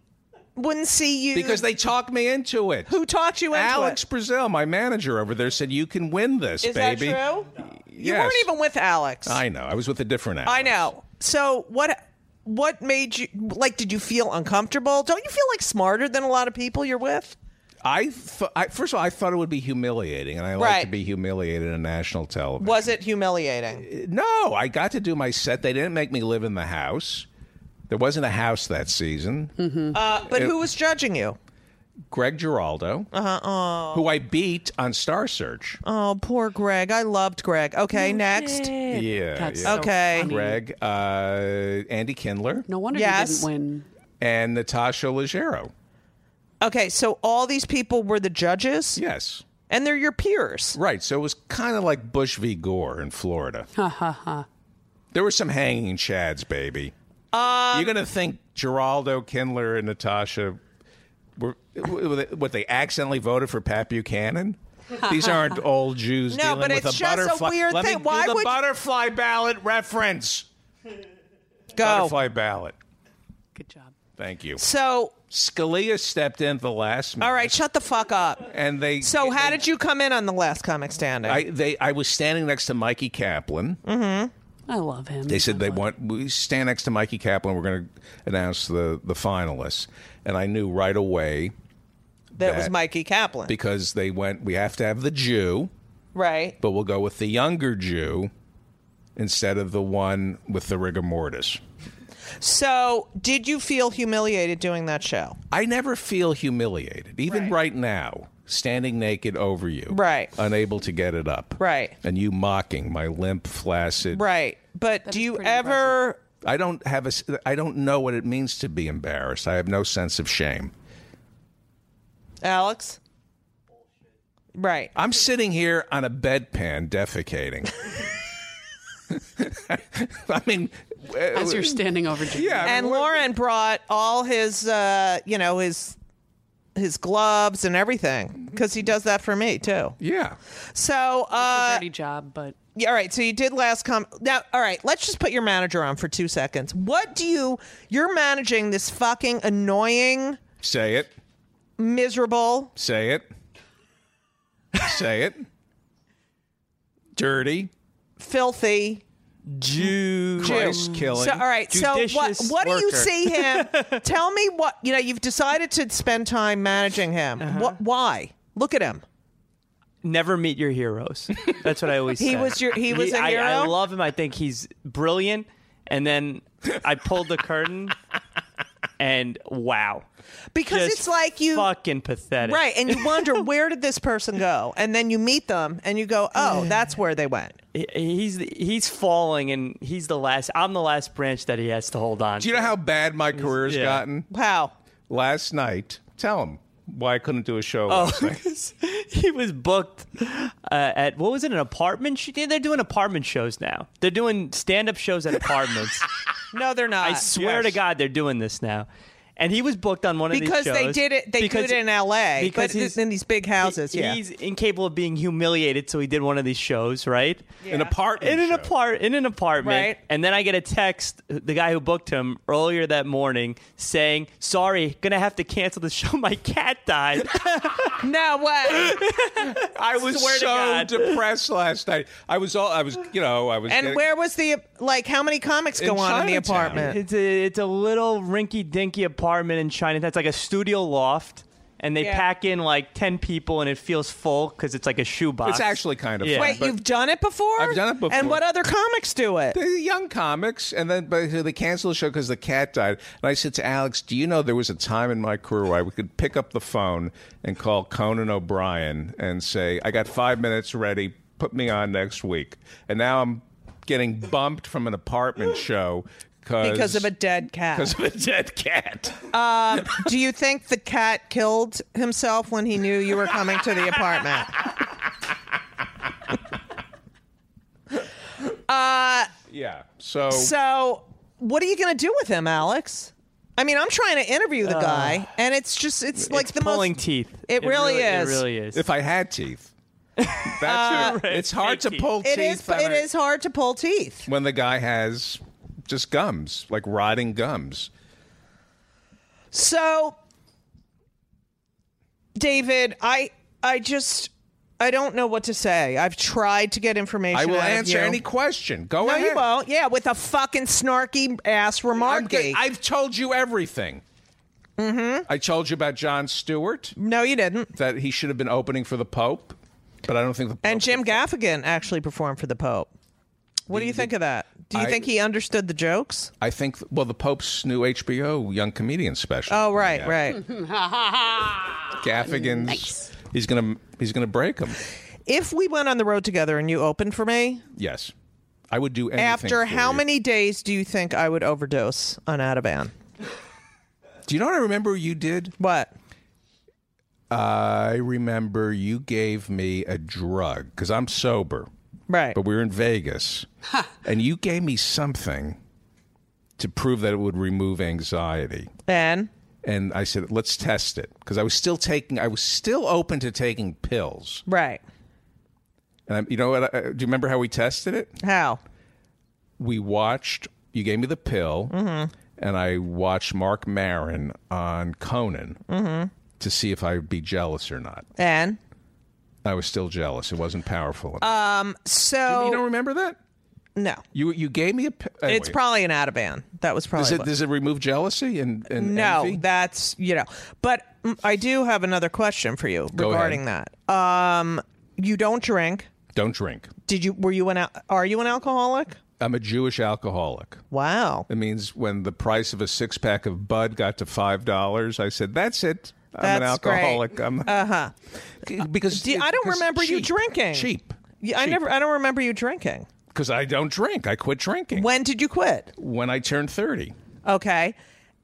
Speaker 2: wouldn't see you
Speaker 4: Because they talked me into it.
Speaker 2: who taught you into
Speaker 4: Alex
Speaker 2: it?
Speaker 4: Brazil, my manager over there, said you can win this,
Speaker 2: Is
Speaker 4: baby.
Speaker 2: that true? You
Speaker 4: Yes. Uh,
Speaker 2: weren't even with Alex.
Speaker 4: I know. I was with a different Alex.
Speaker 2: I know. So what? What made you like? Did you feel uncomfortable? Don't you feel like smarter than a lot of people you're with?
Speaker 4: I, th- I first of all, I thought it would be humiliating, and I like
Speaker 2: Right.
Speaker 4: to be humiliated on national television.
Speaker 2: Was it humiliating?
Speaker 4: No, I got to do my set. They didn't make me live in the house. There wasn't a house that season.
Speaker 2: But who was judging you?
Speaker 4: Greg Giraldo, who I beat on Star Search.
Speaker 2: Oh, poor Greg. I loved Greg. Okay, next.
Speaker 4: yeah,
Speaker 3: That's
Speaker 4: yeah.
Speaker 3: so
Speaker 2: Okay.
Speaker 3: funny.
Speaker 4: Greg, uh, Andy Kindler,
Speaker 3: No wonder
Speaker 2: Yes.
Speaker 3: you didn't win.
Speaker 4: and Natasha Leggero.
Speaker 2: Okay, so all these people were the judges,
Speaker 4: Yes.
Speaker 2: and they're your peers.
Speaker 4: Right. So it was kind of like Bush v. Gore
Speaker 2: <laughs>
Speaker 4: in Florida. Ha ha ha. There were some hanging chads, baby.
Speaker 2: Um,
Speaker 4: You're going to think Geraldo, Kindler, and Natasha were what they accidentally voted for
Speaker 2: <laughs>
Speaker 4: Pat Buchanan? These aren't all Jews
Speaker 2: No,
Speaker 4: dealing
Speaker 2: but
Speaker 4: with
Speaker 2: it's
Speaker 4: a
Speaker 2: just a
Speaker 4: butterfly.
Speaker 2: weird
Speaker 4: Let
Speaker 2: thing.
Speaker 4: Me
Speaker 2: Why
Speaker 4: do the
Speaker 2: would-
Speaker 4: butterfly ballot reference?
Speaker 2: Go.
Speaker 4: Butterfly ballot.
Speaker 3: Good job.
Speaker 4: Thank you.
Speaker 2: So,
Speaker 4: Scalia stepped in at the last minute.
Speaker 2: all right, shut the fuck up.
Speaker 4: And they
Speaker 2: So, how
Speaker 4: they-
Speaker 2: did you come in on the last comic standing?
Speaker 4: I they I was standing next to Mikey
Speaker 2: Mm-hmm.
Speaker 4: Kaplan.
Speaker 3: I love him.
Speaker 4: They said they want we stand next to Mikey Kaplan. We're going to announce the the finalists, and I knew right away
Speaker 2: that, was
Speaker 4: that-
Speaker 2: Mikey Kaplan,
Speaker 4: because they went. We have to have the Jew,
Speaker 2: right?
Speaker 4: but we'll go with the younger Jew instead of the one with the rigor mortis.
Speaker 2: So, did you feel humiliated doing that show?
Speaker 4: I never feel humiliated, even right, now, standing naked over you,
Speaker 2: Right.
Speaker 4: unable to get it up,
Speaker 2: Right.
Speaker 4: and you mocking my limp, flaccid,
Speaker 2: Right. But do
Speaker 3: is
Speaker 2: you
Speaker 3: pretty
Speaker 2: ever?
Speaker 4: I don't have a. s- I don't know what it means to be embarrassed. I have no sense of shame.
Speaker 2: Alex? Right.
Speaker 4: I'm sitting here on a bedpan defecating. I mean,
Speaker 3: as you're standing over. Jimmy.
Speaker 4: yeah. I mean,
Speaker 2: And
Speaker 4: what-
Speaker 2: Lauren brought all his, uh, you know, his his gloves and everything because
Speaker 6: Mm-hmm.
Speaker 2: he does that for me too.
Speaker 4: Yeah.
Speaker 2: So, uh,
Speaker 3: dirty job, but <laughs>
Speaker 2: yeah, all right. So you did last com. Now, all right. Let's just put your manager on for two seconds. What do you? You're managing this fucking annoying,
Speaker 4: Say it.
Speaker 2: miserable.
Speaker 4: Say it. Say it. Dirty.
Speaker 2: filthy Jew.
Speaker 4: Christ killing.
Speaker 2: So, all right. So what?
Speaker 6: judicious
Speaker 2: What do you
Speaker 6: worker.
Speaker 2: see
Speaker 6: <laughs>
Speaker 2: him? Tell me what you know. You've decided to spend time managing him.
Speaker 6: Uh-huh.
Speaker 2: What? Why? Look at him.
Speaker 6: Never meet your heroes. That's what I
Speaker 2: <laughs>
Speaker 6: always
Speaker 2: He
Speaker 6: say.
Speaker 2: was your- he was a
Speaker 6: I- I,
Speaker 2: hero?
Speaker 6: love him. I think he's brilliant. And then I pulled the curtain, and wow,
Speaker 2: Because
Speaker 6: Just
Speaker 2: it's like you.
Speaker 6: fucking pathetic,
Speaker 2: Right, and
Speaker 6: <laughs>
Speaker 2: you wonder where did this person go, and then you meet them, and you go, "Oh, that's where they went."
Speaker 6: He- He's he's falling, and he's the last. I'm the last branch that he has to hold on.
Speaker 4: Do you know how bad my career's
Speaker 6: Yeah.
Speaker 4: gotten?
Speaker 2: Wow.
Speaker 4: Last night, tell him why I couldn't do a show. last night.
Speaker 6: he was booked uh, at what was it an apartment? Sh- they're doing apartment shows now. They're doing stand up shows
Speaker 2: <laughs>
Speaker 6: at apartments.
Speaker 2: No, they're not.
Speaker 6: I swear
Speaker 4: yes.
Speaker 6: to God, they're doing this now. And he was booked on one of
Speaker 2: Because
Speaker 6: these
Speaker 2: they
Speaker 6: shows
Speaker 2: did it- they do
Speaker 6: because-
Speaker 2: it in LA,
Speaker 6: because
Speaker 2: but
Speaker 6: he's-
Speaker 2: in these big houses,
Speaker 6: he-
Speaker 2: yeah.
Speaker 6: he's incapable of being humiliated, so he did one of these shows, right?
Speaker 4: An apartment.
Speaker 6: in an
Speaker 4: show.
Speaker 6: apart in an apartment
Speaker 2: Right.
Speaker 6: and then i get a text the guy who booked him earlier that morning saying sorry gonna have to cancel the show <laughs> my cat
Speaker 2: <laughs>
Speaker 6: died
Speaker 2: no way.
Speaker 6: <laughs> i was
Speaker 4: was so depressed last night. I was all I was, you know, I was.
Speaker 2: And
Speaker 4: getting-
Speaker 2: where was the like? How many comics go
Speaker 4: In
Speaker 2: on in the
Speaker 4: Chinatown.
Speaker 2: apartment?
Speaker 6: it's a it's a little rinky dinky apartment in china that's like a studio loft and they
Speaker 2: Yeah.
Speaker 6: pack in like 10 people and it feels full because it's like a shoebox
Speaker 4: It's actually kind of
Speaker 6: Yeah.
Speaker 4: fun,
Speaker 2: Wait,
Speaker 4: but-
Speaker 2: you've done it before?
Speaker 4: I've done it before.
Speaker 2: And what other comics do it?
Speaker 4: the Eh, young comics, and then but they canceled the show because the cat died. And I said to Alex, "Do you know there was a time in my career where I could pick up the phone and call Conan O'Brien and say I got five minutes ready, put me on next week." And now I'm getting bumped from
Speaker 2: <gasps>
Speaker 4: an apartment show
Speaker 2: Because of a Uh, dead
Speaker 4: because
Speaker 2: cat.
Speaker 4: <laughs> of a dead cat.
Speaker 2: Do you think the cat killed himself when he knew you were coming to the apartment?
Speaker 4: yeah. So,
Speaker 2: So, what are you going to do with him, Alex? I mean, I'm trying to interview the
Speaker 4: Uh,
Speaker 2: guy, and it's just, it's like
Speaker 6: it's
Speaker 2: the
Speaker 6: pulling
Speaker 2: most.
Speaker 6: teeth
Speaker 2: it really is.
Speaker 6: it really is
Speaker 4: if I
Speaker 2: <laughs>
Speaker 4: had teeth, that's it's hard to
Speaker 6: Fake teeth.
Speaker 4: pull
Speaker 2: Uh, It
Speaker 4: teeth.
Speaker 2: is,
Speaker 4: on
Speaker 2: it
Speaker 4: a-
Speaker 2: is hard to pull teeth.
Speaker 4: when the guy has just gums, like rotting gums.
Speaker 2: So, David, I, I just, I don't know what to say. I've tried to get information.
Speaker 4: I will
Speaker 2: out of
Speaker 4: answer
Speaker 2: you.
Speaker 4: any question. Go
Speaker 2: No,
Speaker 4: ahead.
Speaker 2: you won't. Yeah, with a fucking snarky ass
Speaker 4: I'm
Speaker 2: remarky.
Speaker 4: good. I've told you everything. Mm-hmm. I told you about John Stewart
Speaker 2: no, you didn't.
Speaker 4: that he should have been opening for the Pope, but I don't think the Pope
Speaker 2: And Jim Gaffigan actually performed for the Pope. What do you think of that? Do you
Speaker 4: I-
Speaker 2: think he understood the jokes?
Speaker 4: I think well, the Pope's new HBO Young Comedian special.
Speaker 2: Oh, right,
Speaker 4: Yeah.
Speaker 2: right.
Speaker 4: Gaffigan's. He's gonna he's gonna break him.
Speaker 2: if we went on the road together and you opened for me,
Speaker 4: Yes, I would do anything.
Speaker 2: after
Speaker 4: for
Speaker 2: how
Speaker 4: you.
Speaker 2: many days do you think I would overdose on Ativan?
Speaker 4: Do you know what I remember you did?
Speaker 2: What?
Speaker 4: I remember you gave me a drug because I'm sober,
Speaker 2: Right.
Speaker 4: but we were in Vegas, and you gave me something to prove that it would remove anxiety.
Speaker 2: Ben.
Speaker 4: And I said, "Let's test it," because I was still taking, I was still open to taking pills.
Speaker 2: Right.
Speaker 4: And I, you know what? I, do you remember how we tested it?
Speaker 2: How?
Speaker 4: we watched you gave me the pill and i watched mark marin on conan to see if i'd be jealous or not
Speaker 2: And
Speaker 4: i was still jealous it wasn't powerful enough
Speaker 2: so Oh.
Speaker 4: you don't remember that
Speaker 2: no,
Speaker 4: you you gave me a pi- oh,
Speaker 2: it's
Speaker 4: wait.
Speaker 2: probably an out of band. That was probably
Speaker 4: does it,
Speaker 2: what-
Speaker 4: does it remove jealousy and, and
Speaker 2: no.
Speaker 4: envy?
Speaker 2: That's you know, but mm, I do have another question for you
Speaker 4: ahead.
Speaker 2: regarding that. Um, you don't drink.
Speaker 4: don't drink
Speaker 2: Did you? Were you an? al- Are you an alcoholic?
Speaker 4: i'm a jewish alcoholic
Speaker 2: Wow.
Speaker 4: it means when the price of a six-pack of bud got to five dollars i said that's it i'm an
Speaker 2: That's great.
Speaker 4: alcoholic i'm uh-huh because
Speaker 2: Do- I don't
Speaker 4: because
Speaker 2: remember you
Speaker 4: cheap.
Speaker 2: drinking.
Speaker 4: cheap
Speaker 2: Yeah, I
Speaker 4: Cheap.
Speaker 2: never. I don't remember you drinking.
Speaker 4: because I don't drink. I quit drinking when,
Speaker 2: When did you quit?
Speaker 4: I turned 30.
Speaker 2: Okay.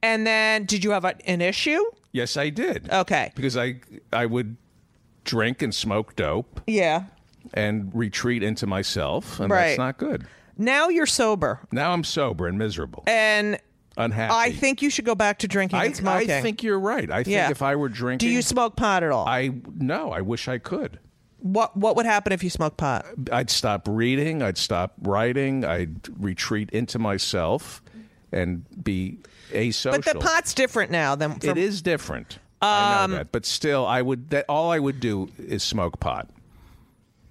Speaker 2: And then did you have a, an issue?
Speaker 4: Yes, I did.
Speaker 2: Okay.
Speaker 4: Because I I would drink and smoke dope
Speaker 2: Yeah.
Speaker 4: and retreat into myself, and
Speaker 2: Right.
Speaker 4: that's not good.
Speaker 2: Now you're sober,
Speaker 4: Now I'm sober and miserable,
Speaker 2: and
Speaker 4: unhappy.
Speaker 2: I think you should go back to drinking
Speaker 4: I,
Speaker 2: and smoking.
Speaker 4: I think you're right. I think
Speaker 2: Yeah.
Speaker 4: if I were drinking,
Speaker 2: Do you smoke pot at all?
Speaker 4: I no. I wish I could.
Speaker 2: what What would happen if you smoked pot?
Speaker 4: I'd stop reading. I'd stop writing. I'd retreat into myself and be asocial.
Speaker 2: But the pot's different now than from,
Speaker 4: it is different. I
Speaker 2: Um,
Speaker 4: know that, but still, I would that all I would do is smoke pot.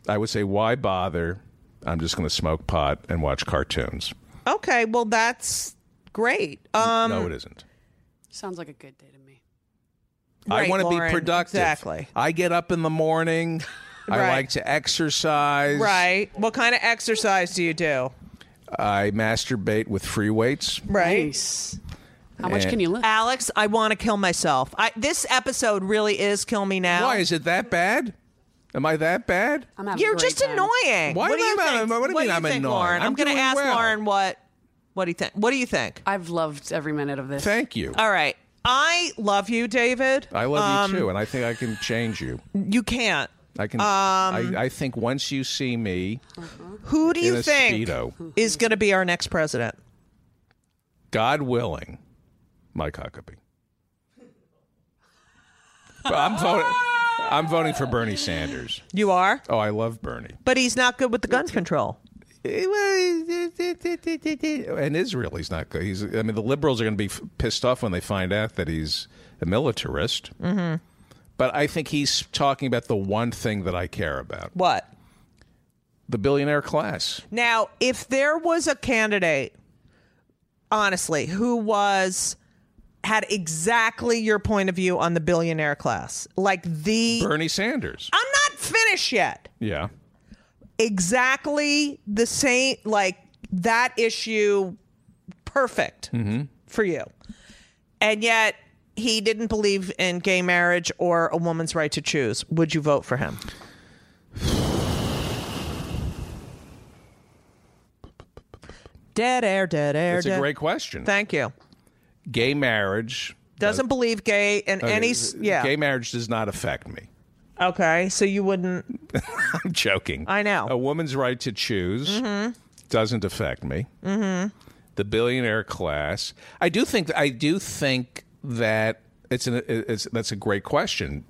Speaker 4: I would say, why bother? I'm just going to smoke pot and watch cartoons.
Speaker 2: Okay, well that's great. Um,
Speaker 4: no, it isn't.
Speaker 3: Sounds like a good day to me.
Speaker 2: right,
Speaker 4: I want to be
Speaker 2: Lauren,
Speaker 4: productive.
Speaker 2: Exactly.
Speaker 4: I get up in
Speaker 2: <laughs>
Speaker 4: the morning. I
Speaker 2: Right.
Speaker 4: like to exercise.
Speaker 2: Right. What kind of exercise do you do?
Speaker 4: I masturbate with free weights.
Speaker 2: Right.
Speaker 3: Nice. How much
Speaker 4: And-
Speaker 3: can you lift?
Speaker 2: Alex, I want to kill myself. I, this episode really is kill me now.
Speaker 4: Why is it that bad? Am I that bad?
Speaker 3: I'm having a
Speaker 2: You're
Speaker 3: great
Speaker 2: just
Speaker 3: time.
Speaker 2: annoying. what
Speaker 4: Why
Speaker 2: do
Speaker 4: am
Speaker 2: you
Speaker 4: I-
Speaker 2: think?
Speaker 4: what do you mean
Speaker 2: do
Speaker 4: I'm
Speaker 2: think,
Speaker 4: annoying?
Speaker 2: Lauren?
Speaker 4: I'm
Speaker 2: I'm, going to
Speaker 4: doing
Speaker 2: ask
Speaker 4: well.
Speaker 2: Lauren what what do you think? What do you think?
Speaker 3: I've loved every minute of this.
Speaker 4: Thank you.
Speaker 2: All right. Um, I love you, David.
Speaker 4: I love you too, and I think I can change you.
Speaker 2: You can't.
Speaker 4: I can.
Speaker 2: um,
Speaker 4: I, I think once you see me
Speaker 2: Who do
Speaker 4: in
Speaker 2: you
Speaker 4: a
Speaker 2: think
Speaker 4: speedo,
Speaker 2: is going to be our next president?
Speaker 4: God willing, Mike Huckabee. But I'm voting. I'm voting for Bernie Sanders.
Speaker 2: You are?
Speaker 4: Oh, I love Bernie.
Speaker 2: But he's not good with the gun control.
Speaker 4: Eh, And Israel, he's not good. He's. I mean, the liberals are going to be f- pissed off when they find out that he's a militarist. Mm-hmm. But I think he's talking about the one thing that I care about:
Speaker 2: What?
Speaker 4: the billionaire class.
Speaker 2: Now, if there was a candidate, honestly, who was had exactly your point of view on the billionaire class, like the
Speaker 4: Bernie Sanders.
Speaker 2: I'm not finished yet.
Speaker 4: Yeah.
Speaker 2: Exactly the same, like that issue, perfect
Speaker 4: Mm-hmm.
Speaker 2: for you, and yet he didn't believe in gay marriage or a woman's right to choose. Would you vote for him? Dead air, dead air.
Speaker 4: That's a
Speaker 2: dead-
Speaker 4: great question.
Speaker 2: Thank you.
Speaker 4: gay marriage
Speaker 2: Doesn't believe gay in
Speaker 4: okay,
Speaker 2: any. s- Yeah.
Speaker 4: gay marriage does not affect me
Speaker 2: okay. So you wouldn't.
Speaker 4: i'm joking
Speaker 2: I know. Mm-hmm.
Speaker 4: a woman's right to choose doesn't affect me mm-hmm. the billionaire class i do think i do think that it's an it's that's a great question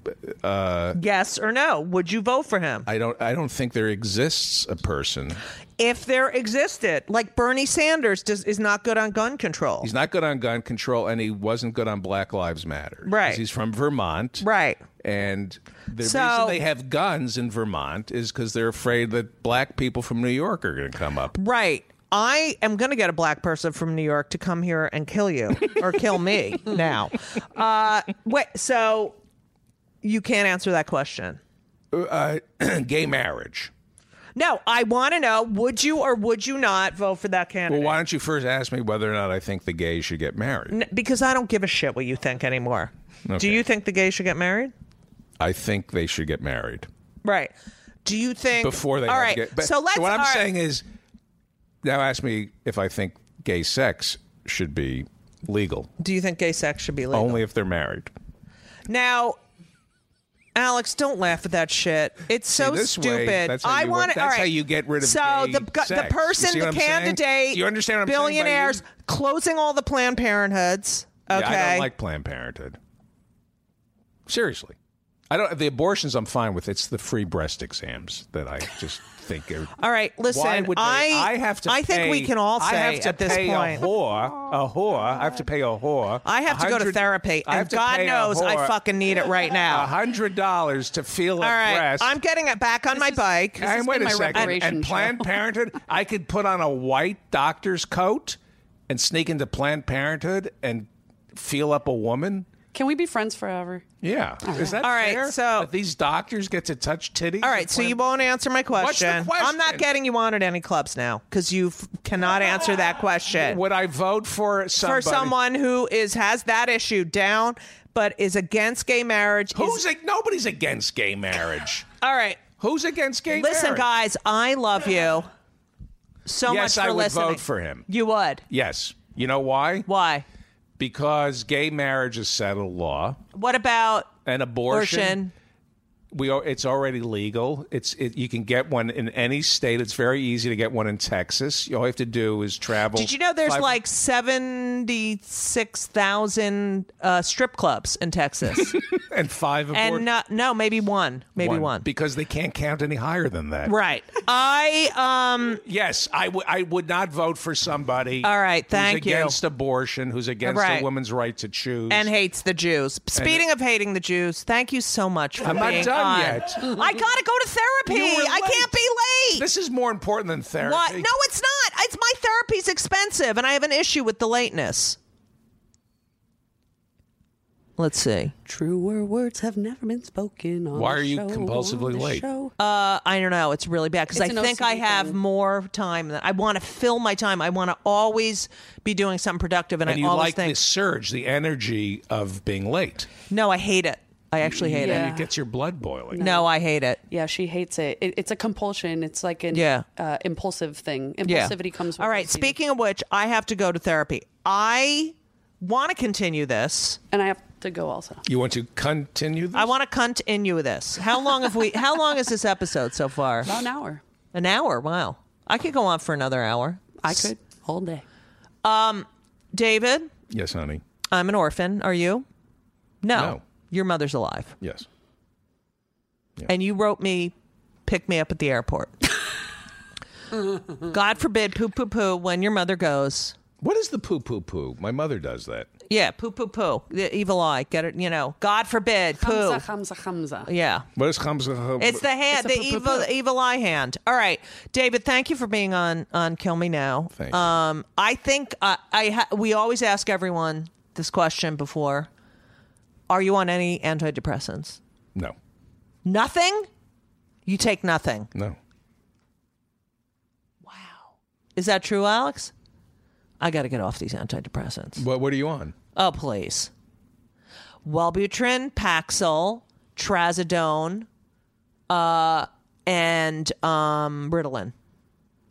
Speaker 2: Yes or no? Would you vote for him?
Speaker 4: i don't i don't think there exists a person
Speaker 2: if there existed, like Bernie Sanders does, is not good on gun control.
Speaker 4: he's not good on gun control and he wasn't good on black lives matter 'Cause
Speaker 2: Right.
Speaker 4: he's from vermont
Speaker 2: right.
Speaker 4: And the
Speaker 2: So-
Speaker 4: reason they have guns in Vermont is because they're afraid that black people from New York are going to come up.
Speaker 2: Right. I am going to get a black person from New York to come here and kill you or kill
Speaker 4: <laughs>
Speaker 2: me now. Uh, wait, so you can't answer that question.
Speaker 4: Uh, <clears throat> gay marriage.
Speaker 2: No, I want to know would you or would you not vote for that
Speaker 4: Well,
Speaker 2: candidate?
Speaker 4: why don't you first ask me whether or not I think the gays should get married?
Speaker 2: N- because I don't give a shit what you think anymore. Do
Speaker 4: Okay.
Speaker 2: you think the gays should get married?
Speaker 4: I think they should get married
Speaker 2: Right. Do you think
Speaker 4: before they
Speaker 2: All
Speaker 4: have
Speaker 2: right.
Speaker 4: gay- but-
Speaker 2: so let's.
Speaker 4: what I'm
Speaker 2: all right.
Speaker 4: saying is, now ask me if I think gay sex should be legal
Speaker 2: Do you think gay sex should be legal?
Speaker 4: only if they're married.
Speaker 2: Now, Alex, don't laugh at that shit. It's so
Speaker 4: See, this way,
Speaker 2: stupid.
Speaker 4: that's how
Speaker 2: I
Speaker 4: you-
Speaker 2: want to.
Speaker 4: that's
Speaker 2: all right.
Speaker 4: how you get rid of
Speaker 2: So
Speaker 4: gay
Speaker 2: the gu-
Speaker 4: sex.
Speaker 2: the
Speaker 4: You
Speaker 2: person,
Speaker 4: see
Speaker 2: the
Speaker 4: what I'm saying?
Speaker 2: candidate,
Speaker 4: You understand what I'm saying by you?
Speaker 2: billionaires closing all the Planned Parenthoods. Okay,
Speaker 4: Yeah, I don't like Planned Parenthood. Seriously. I don't the abortions I'm fine with. It's the free breast exams that I just think are
Speaker 2: <laughs> All right, listen.
Speaker 4: Why would they-
Speaker 2: I
Speaker 4: I have to
Speaker 2: I think we
Speaker 4: pay-
Speaker 2: can all say
Speaker 4: I have to
Speaker 2: at this
Speaker 4: pay
Speaker 2: point.
Speaker 4: a whore, a whore. I have to pay a whore.
Speaker 2: I have to go to
Speaker 4: 100
Speaker 2: therapy,
Speaker 4: I have
Speaker 2: and
Speaker 4: to
Speaker 2: God
Speaker 4: pay a
Speaker 2: knows I
Speaker 4: whore
Speaker 2: fucking need it right now.
Speaker 4: a hundred dollars to feel a
Speaker 2: All right,
Speaker 4: breast.
Speaker 2: I'm getting it back on my bike.
Speaker 4: and wait
Speaker 3: been
Speaker 4: a
Speaker 3: my
Speaker 4: second.
Speaker 3: reparation
Speaker 4: And
Speaker 3: show.
Speaker 4: Planned Parenthood, I could put on a white doctor's coat and sneak into Planned Parenthood and feel up a woman.
Speaker 3: Can we be friends forever?
Speaker 4: Yeah, is that
Speaker 2: Uh-huh. All right,
Speaker 4: fair?
Speaker 2: so-
Speaker 4: That these doctors get to touch titties.
Speaker 2: All right, so you won't answer my question.
Speaker 4: What's the
Speaker 2: I'm not
Speaker 4: question?
Speaker 2: getting you on at any clubs now because you f- cannot answer that question.
Speaker 4: Would I vote for somebody?
Speaker 2: for someone who is has that issue down but is against gay marriage.
Speaker 4: who's
Speaker 2: is,
Speaker 4: ag- nobody's against gay marriage?
Speaker 2: all right?
Speaker 4: Who's against gay
Speaker 2: Listen,
Speaker 4: marriage?
Speaker 2: guys, I love you so
Speaker 4: Yes,
Speaker 2: much
Speaker 4: I
Speaker 2: for
Speaker 4: would
Speaker 2: listening.
Speaker 4: vote for him.
Speaker 2: You would.
Speaker 4: Yes. You know why?
Speaker 2: Why?
Speaker 4: Because gay marriage is settled law
Speaker 2: What about
Speaker 4: and abortion.
Speaker 2: abortion?
Speaker 4: We are, it's already legal. It's it, you can get one in any state. It's very easy to get one in Texas. All you have to do is travel.
Speaker 2: Did you know there's
Speaker 4: five-
Speaker 2: like seventy six thousand uh, strip clubs in
Speaker 4: <laughs>
Speaker 2: Texas,
Speaker 4: and five abort-
Speaker 2: and no, no, maybe one, maybe one.
Speaker 4: because they can't count any higher than that.
Speaker 2: right. I um.
Speaker 4: Yes, I, w- I would not vote for somebody.
Speaker 2: All right, thank
Speaker 4: who's
Speaker 2: you.
Speaker 4: Against abortion, who's against
Speaker 2: Right.
Speaker 4: a woman's right to choose,
Speaker 2: and hates the Jews. Speaking of hating the Jews, thank you so much for
Speaker 4: I'm not
Speaker 2: being on.
Speaker 4: done yet.
Speaker 2: I gotta go to
Speaker 4: You
Speaker 2: therapy.
Speaker 4: were
Speaker 2: I can't be late.
Speaker 4: This is more important than therapy.
Speaker 2: what? No, it's not. It's my therapy's expensive, and I have an issue with the lateness. Let's see.
Speaker 3: Truer words have never been spoken on
Speaker 4: Why
Speaker 3: the
Speaker 4: are you
Speaker 3: show, on
Speaker 4: compulsively
Speaker 3: the
Speaker 4: late?
Speaker 3: show.
Speaker 2: Uh, I don't know. It's really bad because I
Speaker 3: It's an
Speaker 2: think I
Speaker 3: OCD
Speaker 2: have
Speaker 3: thing.
Speaker 2: more time than I want to fill my time. I want to always be doing something productive, and,
Speaker 4: And
Speaker 2: I
Speaker 4: you
Speaker 2: always
Speaker 4: like
Speaker 2: think,
Speaker 4: the surge, the energy of being late.
Speaker 2: no, I hate it. I actually hate
Speaker 3: Yeah.
Speaker 4: It gets your blood boiling.
Speaker 2: it. No, I hate it.
Speaker 3: Yeah, she hates it. it. It's a compulsion. It's like an
Speaker 2: Yeah.
Speaker 3: uh, impulsive thing.
Speaker 2: Yeah.
Speaker 3: Impulsivity comes. With
Speaker 2: All right.
Speaker 3: OCD.
Speaker 2: Speaking of which, I have to go to therapy. I want to continue this.
Speaker 3: and I have to go also.
Speaker 4: You want to continue this?
Speaker 2: I want to continue this. How long have we? <laughs> How long is this episode so far?
Speaker 3: About an hour.
Speaker 2: An hour. Wow. I could go on for another hour.
Speaker 3: I could all day.
Speaker 2: David,
Speaker 4: Yes, honey.
Speaker 2: I'm an orphan. Are you? No.
Speaker 4: No.
Speaker 2: Your mother's alive,
Speaker 4: Yes.
Speaker 2: and you wrote me, pick me up at the airport. God forbid, poo poo poo. When your mother goes,
Speaker 4: What is the poo poo poo? My mother does that.
Speaker 2: yeah, poo poo poo. The evil eye. Get it? You know. God forbid, poo.
Speaker 3: Hamza, Hamza, Hamza.
Speaker 2: Yeah.
Speaker 4: What is Hamza?
Speaker 2: It's the hand,
Speaker 3: It's
Speaker 2: the
Speaker 3: a poo- poo-
Speaker 2: evil,
Speaker 3: poo.
Speaker 2: evil eye hand. All right, David. Thank you for being on on Kill Me Now.
Speaker 4: Thank you.
Speaker 2: um, I think uh, I ha- we always ask everyone this question before: Are you on any antidepressants?
Speaker 4: no,
Speaker 2: Nothing. You take nothing.
Speaker 4: no.
Speaker 2: Is that true, Alex? I got to get off these antidepressants.
Speaker 4: What What are you on?
Speaker 2: Oh, please. Wellbutrin, Paxil, Trazodone, uh, and um, Ritalin.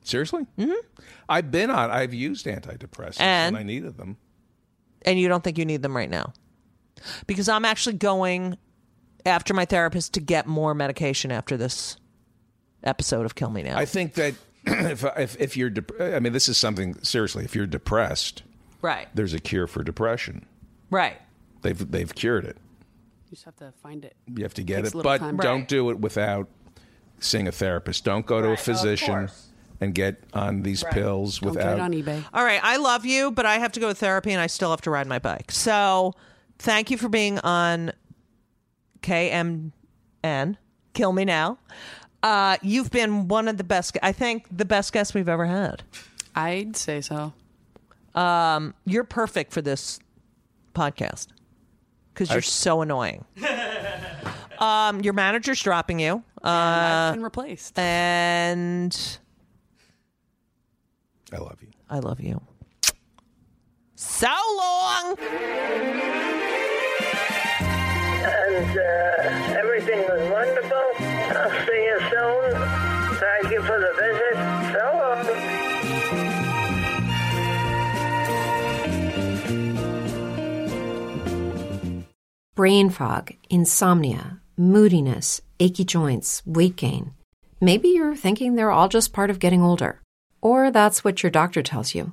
Speaker 4: Seriously? Mm-hmm. I've been on. I've used antidepressants
Speaker 2: And?
Speaker 4: when I needed them.
Speaker 2: and you don't think you need them right now because i'm actually going after my therapist to get more medication after this episode of kill me now
Speaker 4: I think that <clears throat> if if, if you're, dep- I mean, this is something seriously. If you're depressed,
Speaker 2: right
Speaker 4: there's a cure for depression.
Speaker 2: right
Speaker 4: They've they've cured it.
Speaker 3: You just have to find it.
Speaker 4: You have to get
Speaker 3: Takes
Speaker 4: it,
Speaker 3: a little
Speaker 4: but
Speaker 3: time.
Speaker 4: don't
Speaker 2: Right.
Speaker 4: do it without seeing a therapist. Don't go
Speaker 3: Oh,
Speaker 4: to a physician and get on these pills
Speaker 3: Don't get
Speaker 4: without.
Speaker 3: it on eBay.
Speaker 2: all right i love you but i have to go to therapy and i still have to ride my bike so thank you for being on kmn kill me now uh, you've been one of the best i think the best guest we've ever had
Speaker 3: I'd say so.
Speaker 2: you're perfect for this podcast because you're so annoying. um, your manager's dropping you, uh,
Speaker 3: I've been replaced.
Speaker 2: and
Speaker 4: I love you.
Speaker 2: I love you. So long.
Speaker 7: and uh, everything was wonderful. I'll see you soon. Thank you for the visit. So long.
Speaker 8: brain fog, insomnia, moodiness, achy joints, weight gain. Maybe you're thinking they're all just part of getting older, or that's what your doctor tells you.